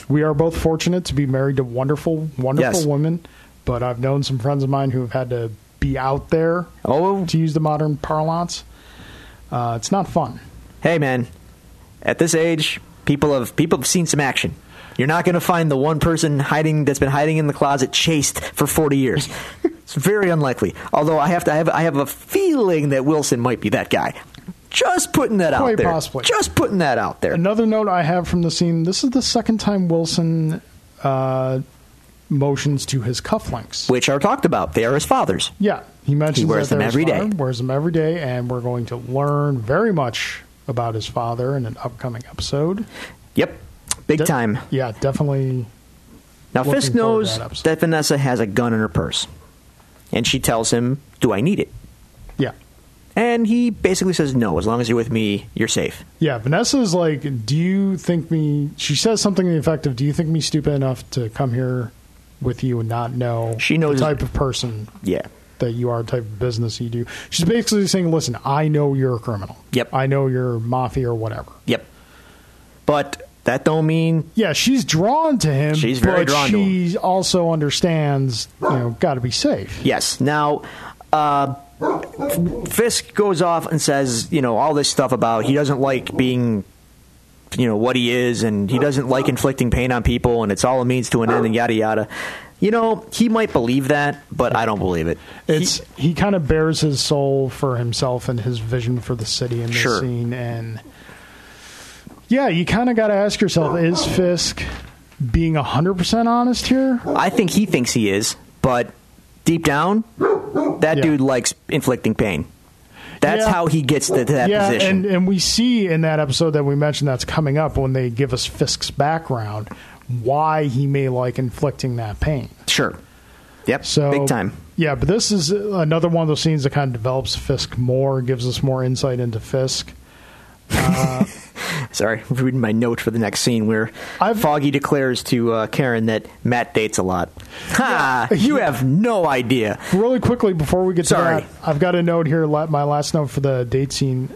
Speaker 1: we are both fortunate to be married to wonderful, wonderful
Speaker 2: Yes.
Speaker 1: women. But I've known some friends of mine who have had to be out there.
Speaker 2: Oh.
Speaker 1: to use the modern parlance, uh, it's not fun.
Speaker 2: hey, man, at this age, people have people have seen some action. You're not going to find the one person hiding that's been hiding in the closet chased for 40 years. it's very unlikely. Although I have to, I have, I have a feeling that Wilson might be that guy. Just putting that
Speaker 1: Quite
Speaker 2: out there.
Speaker 1: possibly.
Speaker 2: Just putting that out there.
Speaker 1: Another note I have from the scene: this is the second time Wilson uh, motions to his cufflinks.
Speaker 2: which are talked about. They are his father's.
Speaker 1: Yeah, he mentions
Speaker 2: He wears
Speaker 1: that
Speaker 2: them
Speaker 1: there's
Speaker 2: every
Speaker 1: father,
Speaker 2: day.
Speaker 1: Wears them every day, and we're going to learn very much about his father in an upcoming episode.
Speaker 2: Yep, big
Speaker 1: De-
Speaker 2: time.
Speaker 1: Yeah, definitely.
Speaker 2: Now
Speaker 1: Looking forward
Speaker 2: Fisk
Speaker 1: to
Speaker 2: knows
Speaker 1: that episode.
Speaker 2: that Vanessa has a gun in her purse, and she tells him, "Do I need it?"
Speaker 1: Yeah,
Speaker 2: And he basically says, no, as long as you're with me, you're safe.
Speaker 1: Yeah, Vanessa's like, "Do you think me?" She says something to the effect of, "Do you think me stupid enough to come here with you and not know
Speaker 2: She knows-
Speaker 1: the type of person
Speaker 2: Yeah.
Speaker 1: that you are, the type of business you do?" She's basically saying, "Listen, I know you're a criminal.
Speaker 2: Yep.
Speaker 1: I know you're mafia or whatever."
Speaker 2: Yep. But that don't mean
Speaker 1: Yeah, she's drawn to him.
Speaker 2: She's very
Speaker 1: but
Speaker 2: drawn to
Speaker 1: She also understands, you know, got to be safe.
Speaker 2: Yes. Now, uh, Fisk goes off and says, you know, all this stuff about he doesn't like being, you know, what he is, and he doesn't like inflicting pain on people, and it's all a means to an end, and yada yada. You know, he might believe that, but I don't believe it.
Speaker 1: It's he, kind of bears his soul for himself and his vision for the city in this
Speaker 2: Sure.
Speaker 1: scene, and yeah, you kind of got to ask yourself: Is Fisk being hundred percent honest here?
Speaker 2: I think he thinks he is, but deep down, that
Speaker 1: Yeah.
Speaker 2: dude likes inflicting pain. That's
Speaker 1: Yeah.
Speaker 2: how he gets to, to that
Speaker 1: yeah,
Speaker 2: position.
Speaker 1: and and we see in that episode that we mentioned that's coming up when they give us Fisk's background, why he may like inflicting that pain.
Speaker 2: sure. Yep.
Speaker 1: So
Speaker 2: Big time.
Speaker 1: Yeah, but this is another one of those scenes that kind of develops Fisk more, gives us more insight into Fisk.
Speaker 2: Sorry, I'm reading my note for the next scene where
Speaker 1: I've-
Speaker 2: Foggy declares to uh, Karen that Matt dates a lot. Ha! You have no idea.
Speaker 1: Really quickly before we get
Speaker 2: Sorry.
Speaker 1: to that, I've got a note here. la- My last note for the date scene.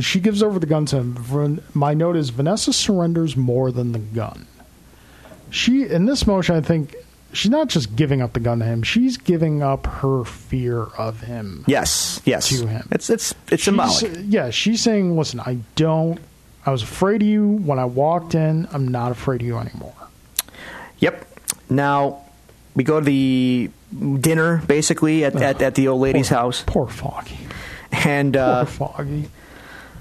Speaker 1: She gives over the gun to him. Van- My note is Vanessa surrenders more than the gun. She in this motion, I think she's not just giving up the gun to him. She's giving up her fear of him.
Speaker 2: Yes, yes.
Speaker 1: To him.
Speaker 2: It's it's it's
Speaker 1: She's-
Speaker 2: symbolic.
Speaker 1: yeah, she's saying, "Listen, I don't. I was afraid of you when I walked in. I'm not afraid of you anymore."
Speaker 2: Yep. Now we go to the dinner basically at, at, at the old lady's
Speaker 1: Poor-
Speaker 2: house,
Speaker 1: Poor Foggy.
Speaker 2: and
Speaker 1: Poor
Speaker 2: uh,
Speaker 1: Foggy.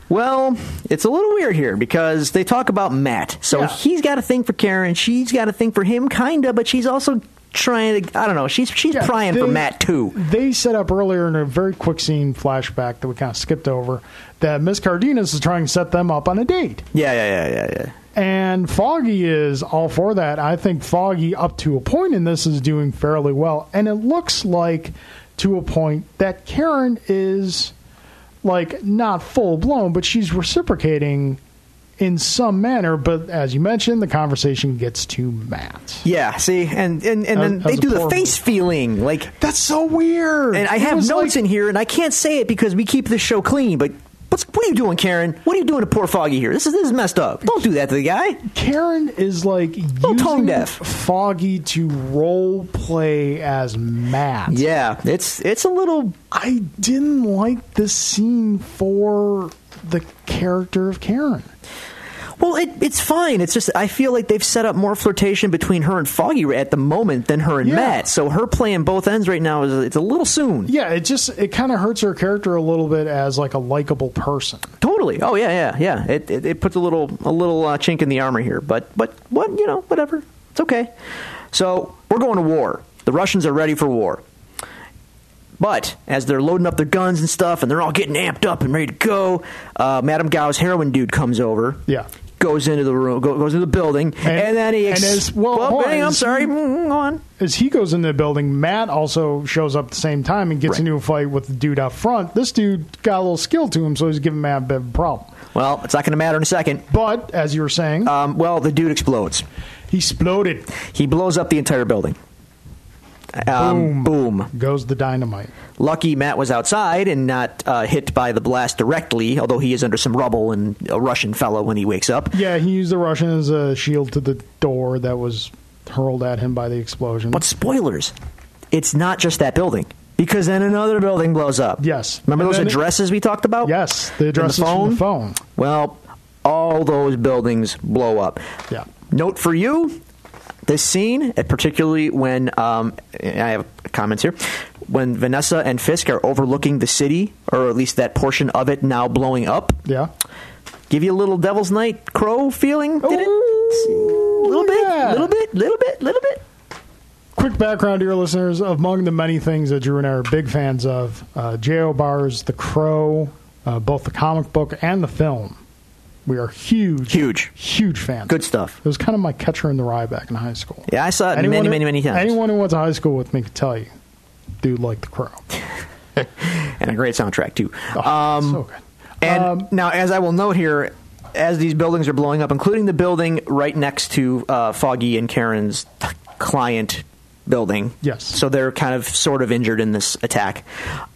Speaker 2: well, it's a little weird here because they talk about Matt. So
Speaker 1: Yeah.
Speaker 2: he's got a thing for Karen, she's got a thing for him, kinda, but she's also trying to. I don't know. She's she's
Speaker 1: Yeah,
Speaker 2: prying for
Speaker 1: they-
Speaker 2: Matt too.
Speaker 1: They set up earlier in a very quick scene flashback that we kind of skipped over that Miss Cardenas is trying to set them up on a date.
Speaker 2: Yeah, yeah, yeah, yeah, yeah.
Speaker 1: And Foggy is all for that. I think Foggy, up to a point in this, is doing fairly well. And it looks like, to a point, that Karen is like not full blown, but she's reciprocating in some manner. But as you mentioned, the conversation gets to Matt.
Speaker 2: Yeah, see, and and, and
Speaker 1: That-
Speaker 2: then
Speaker 1: that
Speaker 2: they
Speaker 1: was
Speaker 2: do
Speaker 1: a
Speaker 2: the
Speaker 1: poor
Speaker 2: face feeling, like,
Speaker 1: That's so weird.
Speaker 2: and I
Speaker 1: It
Speaker 2: have
Speaker 1: was
Speaker 2: notes
Speaker 1: like-
Speaker 2: in here, and I can't say it because we keep the show clean. But what's, what are you doing, Karen? What are you doing to poor Foggy here? This is this is messed up. Don't do that to the guy.
Speaker 1: Karen is like using
Speaker 2: tone deaf.
Speaker 1: Foggy to role play as Matt.
Speaker 2: Yeah, it's it's a little.
Speaker 1: I didn't like this scene for the character of Karen.
Speaker 2: Well, it, it's fine. It's just I feel like they've set up more flirtation between her and Foggy at the moment than her and
Speaker 1: Yeah.
Speaker 2: Matt. So her playing both ends right now is it's a little soon.
Speaker 1: Yeah, it just it kind of hurts her character a little bit as like a likable person.
Speaker 2: Totally. Oh yeah, yeah, yeah. It it, it puts a little a little uh, chink in the armor here, but but what you know, whatever. It's okay. So we're going to war. The Russians are ready for war. But as they're loading up their guns and stuff, and they're all getting amped up and ready to go, uh, Madame Gao's heroin dude comes over.
Speaker 1: Yeah.
Speaker 2: Goes into the room, go, goes into the building, and,
Speaker 1: And-
Speaker 2: then he.
Speaker 1: and
Speaker 2: Ex-
Speaker 1: as- well, hold on,
Speaker 2: hang on, I'm
Speaker 1: is
Speaker 2: sorry.
Speaker 1: he-
Speaker 2: Mm, go on.
Speaker 1: As he goes into the building, Matt also shows up at the same time and gets
Speaker 2: Right.
Speaker 1: into a fight with the dude up front. This dude got a little skill to him, so he's giving Matt a bit of a problem.
Speaker 2: Well, it's not going to matter in a second.
Speaker 1: But as you were saying,
Speaker 2: Um, well, the dude explodes.
Speaker 1: he exploded.
Speaker 2: He blows up the entire building. Um, boom.
Speaker 1: Goes the dynamite.
Speaker 2: Lucky Matt was outside and not uh, hit by the blast directly, although he is under some rubble and a Russian fellow when he wakes up.
Speaker 1: Yeah, he used the Russian as a shield to the door that was hurled at him by the explosion.
Speaker 2: But spoilers, it's not just that building because then another building blows up.
Speaker 1: Yes.
Speaker 2: Remember
Speaker 1: And
Speaker 2: those
Speaker 1: then it-
Speaker 2: addresses we talked about?
Speaker 1: yes, the
Speaker 2: And
Speaker 1: address is from the phone.
Speaker 2: Well, all those buildings blow up.
Speaker 1: Yeah.
Speaker 2: Note for you this scene, uh, particularly when um, I have comments here, when Vanessa and Fisk are overlooking the city, or at least that portion of it now blowing up.
Speaker 1: Yeah.
Speaker 2: give you a little Devil's Night Crow feeling. Did it?
Speaker 1: Ooh,
Speaker 2: A little bit,
Speaker 1: yeah.
Speaker 2: little bit, little bit, little bit.
Speaker 1: Quick background to your listeners. Among the many things that Drew and I are big fans of, uh, J.O. Barr's The Crow, uh, both the comic book and the film. We are huge,
Speaker 2: Huge.
Speaker 1: huge fans.
Speaker 2: Good stuff.
Speaker 1: It was kind of my catcher in the rye back in high school.
Speaker 2: Yeah, I saw it many,
Speaker 1: who-
Speaker 2: many, many times.
Speaker 1: Anyone who went to high school with me could tell you, dude liked The Crow.
Speaker 2: and a great soundtrack too.
Speaker 1: Oh, so good.
Speaker 2: Um, And
Speaker 1: Um,
Speaker 2: now, as I will note here, as these buildings are blowing up, including the building right next to uh, Foggy and Karen's client building.
Speaker 1: Yes.
Speaker 2: So they're kind of sort of injured in this attack.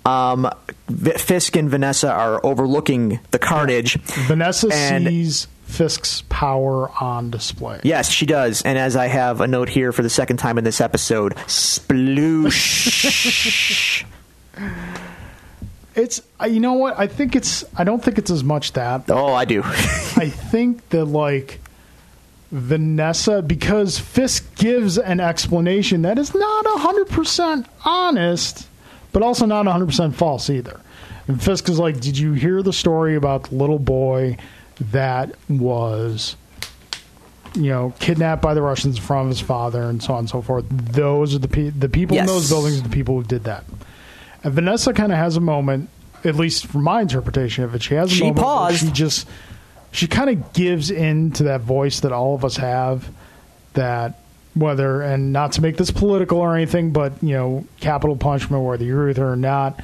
Speaker 2: Um, V- Fisk and Vanessa are overlooking the carnage.
Speaker 1: Vanessa
Speaker 2: and-
Speaker 1: sees Fisk's power on display.
Speaker 2: Yes, she does. And as I have a note here for the second time in this episode, sploosh.
Speaker 1: It's I- you know what I think it's I don't think it's as much that
Speaker 2: oh, I do.
Speaker 1: I think that like Vanessa because Fisk gives an explanation that is not 100% honest but also not 100% false either. And Fisk is like, "Did you hear the story about the little boy that was you know, kidnapped by the Russians in front of his father and so on and so forth. Those are the pe- the people in
Speaker 2: Yes.
Speaker 1: those buildings are the people who did that. And Vanessa kind of has a moment, at least from my interpretation of it, she has a
Speaker 2: She
Speaker 1: moment where
Speaker 2: paused.
Speaker 1: she just she kind of gives in to that voice that all of us have that whether and not to make this political or anything, but you know, capital punishment, whether you agree with her or not,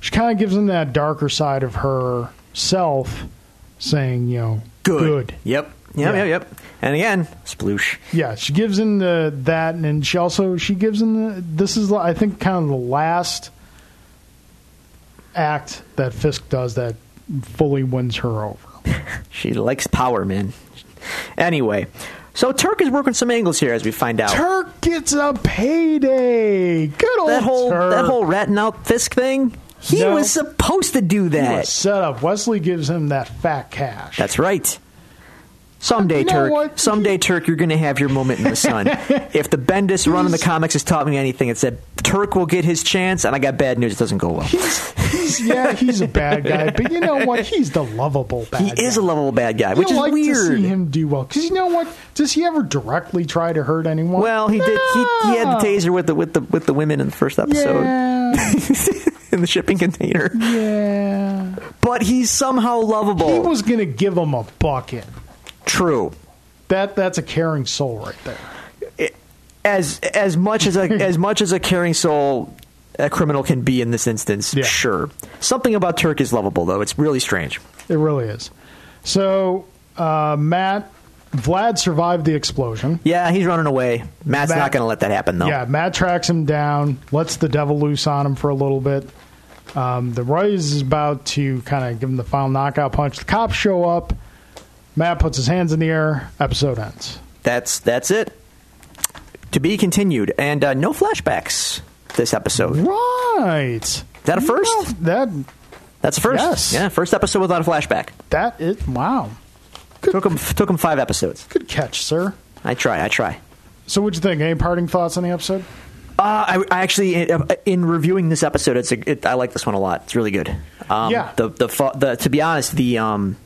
Speaker 1: she kind of gives in that darker side of herself, saying, you know, good.
Speaker 2: Yep. Yep,
Speaker 1: Yeah.
Speaker 2: yep, yep. And again, sploosh.
Speaker 1: Yeah, she gives him the that, and she also she gives him the. This is I think kind of the last act that Fisk does that fully wins her over.
Speaker 2: She likes power, man. Anyway, so Turk is working some angles here, as we find out.
Speaker 1: Turk gets a payday. Good old
Speaker 2: that whole
Speaker 1: Turk.
Speaker 2: that whole ratting out Fisk thing. He
Speaker 1: No.
Speaker 2: was supposed to
Speaker 1: He
Speaker 2: do
Speaker 1: was
Speaker 2: that.
Speaker 1: set up. Wesley gives him that fat cash.
Speaker 2: That's right. Someday,
Speaker 1: You know
Speaker 2: Turk.
Speaker 1: what?
Speaker 2: Someday, Turk, you're going to have your moment in the sun. if the Bendis run in the comics has taught me anything, it's that Turk will get his chance, and I got bad news. It doesn't go well.
Speaker 1: he's, he's yeah he's a bad guy, but you know what? He's the lovable bad.
Speaker 2: He
Speaker 1: guy.
Speaker 2: is a lovable bad guy, which
Speaker 1: I
Speaker 2: is
Speaker 1: like
Speaker 2: weird.
Speaker 1: to see him do well because you know what? Does he ever directly try to hurt anyone?
Speaker 2: Well, he did. He, he had the
Speaker 1: No.
Speaker 2: taser with the with the with the women in the first episode
Speaker 1: Yeah.
Speaker 2: in the shipping container.
Speaker 1: yeah.
Speaker 2: But he's somehow lovable.
Speaker 1: He was going to give him a bucket.
Speaker 2: True.
Speaker 1: That that's a caring soul right there.
Speaker 2: As as much as a as much as a caring soul a criminal can be in this instance,
Speaker 1: Yeah.
Speaker 2: sure. Something about Turk is lovable though. It's really strange.
Speaker 1: It really is. So, uh, Matt Vlad survived the explosion.
Speaker 2: Yeah, he's running away. Matt's
Speaker 1: Matt-
Speaker 2: not going to let that happen though.
Speaker 1: Yeah, Matt tracks him down, lets the devil loose on him for a little bit. Um, the Roy's is about to kind of give him the final knockout punch. The cops show up. Matt puts his hands in the air. Episode ends.
Speaker 2: That's that's it. To be continued, and uh, no flashbacks this episode.
Speaker 1: Right.
Speaker 2: that a first?
Speaker 1: that
Speaker 2: That's the first.
Speaker 1: Yes.
Speaker 2: Yeah, first episode without a flashback.
Speaker 1: that it. Wow.
Speaker 2: Took him took him five episodes.
Speaker 1: Good catch, sir.
Speaker 2: I try. I try.
Speaker 1: So, what'd you think? Any parting thoughts on the episode?
Speaker 2: Uh, I, I actually, in, in reviewing this episode, it's a, it, I like this one a lot. It's really good. Um,
Speaker 1: Yeah.
Speaker 2: The, the fu- the to be honest, the um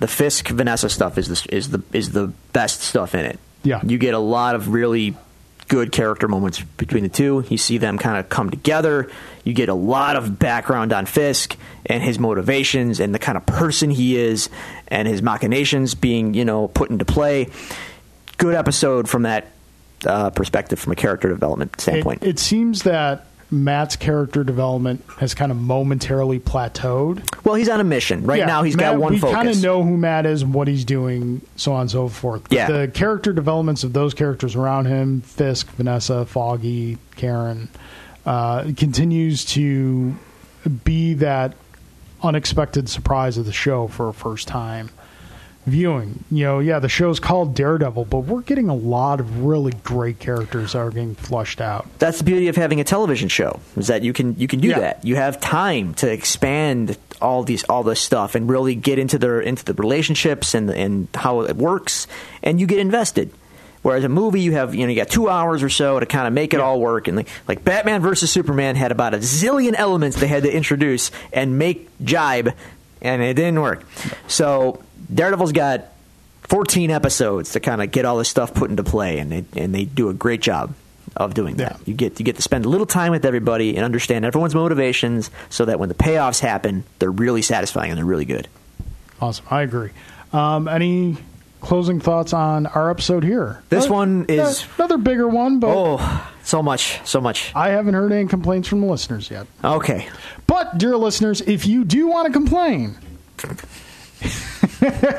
Speaker 2: the Fisk Vanessa stuff is the is the is the best stuff in it.
Speaker 1: Yeah.
Speaker 2: You get a lot of really good character moments between the two. You see them kind of come together. You get a lot of background on Fisk and his motivations and the kind of person he is and his machinations being you know put into play. Good episode from that. Uh, perspective from a character development
Speaker 1: it,
Speaker 2: standpoint.
Speaker 1: it seems that Matt's character development has kind of momentarily plateaued.
Speaker 2: Well, he's on a mission right now. He's
Speaker 1: He's
Speaker 2: got one
Speaker 1: we
Speaker 2: focus.
Speaker 1: kind of know who Matt is, and what he's doing, so on and so forth. But
Speaker 2: Yeah.
Speaker 1: The character developments of those characters around him, Fisk, Vanessa, Foggy, Karen, uh, continues to be that unexpected surprise of the show for a first time viewing. You know, yeah, the show's called Daredevil, but we're getting a lot of really great characters that are getting flushed out.
Speaker 2: That's the beauty of having a television show is that you can you can do
Speaker 1: Yeah.
Speaker 2: that. You have time to expand all these all this stuff and really get into their into the relationships and and how it works, and you get invested. Whereas a movie, you have you know you got two hours or so to kind of make it all work, and like, like Batman versus Superman had about a zillion elements they had to introduce and make jibe, and it didn't work. So Daredevil's got 14 episodes to kind of get all this stuff put into play, and they, and they do a great job of doing that.
Speaker 1: Yeah.
Speaker 2: You get you get to spend a little time with everybody and understand everyone's motivations, so that when the payoffs happen, they're really satisfying and they're really good.
Speaker 1: Awesome. I agree. Um, any closing thoughts on our episode here?
Speaker 2: This
Speaker 1: Another-
Speaker 2: one is-
Speaker 1: another bigger one, but
Speaker 2: Oh, So much, so much.
Speaker 1: I haven't heard any complaints from the listeners yet.
Speaker 2: Okay.
Speaker 1: But, dear listeners, if you do want to complain,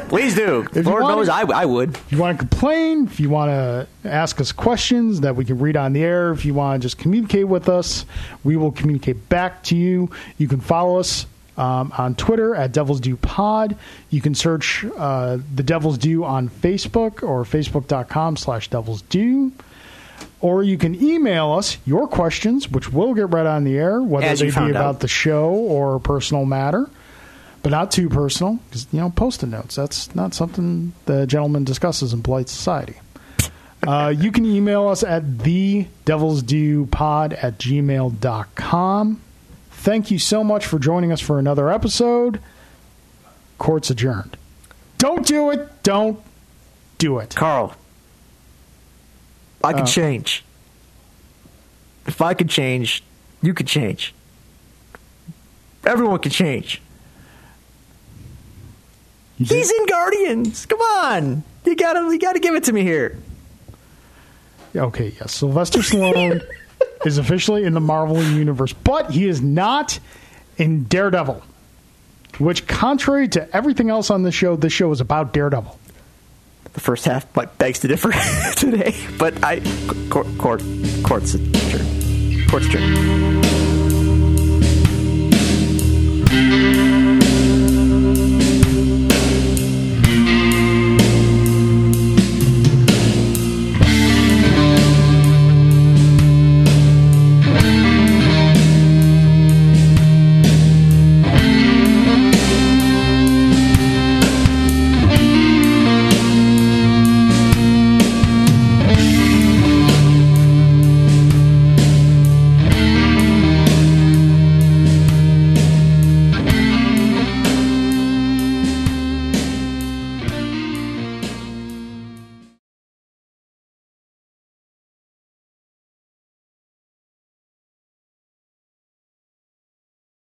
Speaker 2: Please do.
Speaker 1: you
Speaker 2: Lord
Speaker 1: wanted-
Speaker 2: knows I, I would.
Speaker 1: if you want to complain, if you want to ask us questions that we can read on the air, if you want to just communicate with us, we will communicate back to you. You can follow us um, on Twitter at Devils Do Pod. You can search uh, the Devils Do on Facebook or facebook.com slash Devils Do. Or you can email us your questions, which will get read on the air, whether
Speaker 2: As
Speaker 1: they
Speaker 2: you
Speaker 1: be
Speaker 2: found
Speaker 1: about
Speaker 2: out.
Speaker 1: the show or a personal matter but not too personal because you know post-it notes that's not something the gentleman discusses in polite society uh, you can email us at the devils do pod at gmail.com thank you so much for joining us for another episode court's adjourned don't do it don't do it
Speaker 2: Carl, I
Speaker 1: Uh.
Speaker 2: could change. If I could change, you could change. Everyone could change.
Speaker 1: You did-
Speaker 2: He's in Guardians. Come on. You gotta you gotta give it to me here.
Speaker 1: okay yes sylvester stallone is officially in the marvel universe but he is not in daredevil which contrary to everything else on the show this show is about daredevil
Speaker 2: The first half but begs to differ today. But I court court court's Court's turn.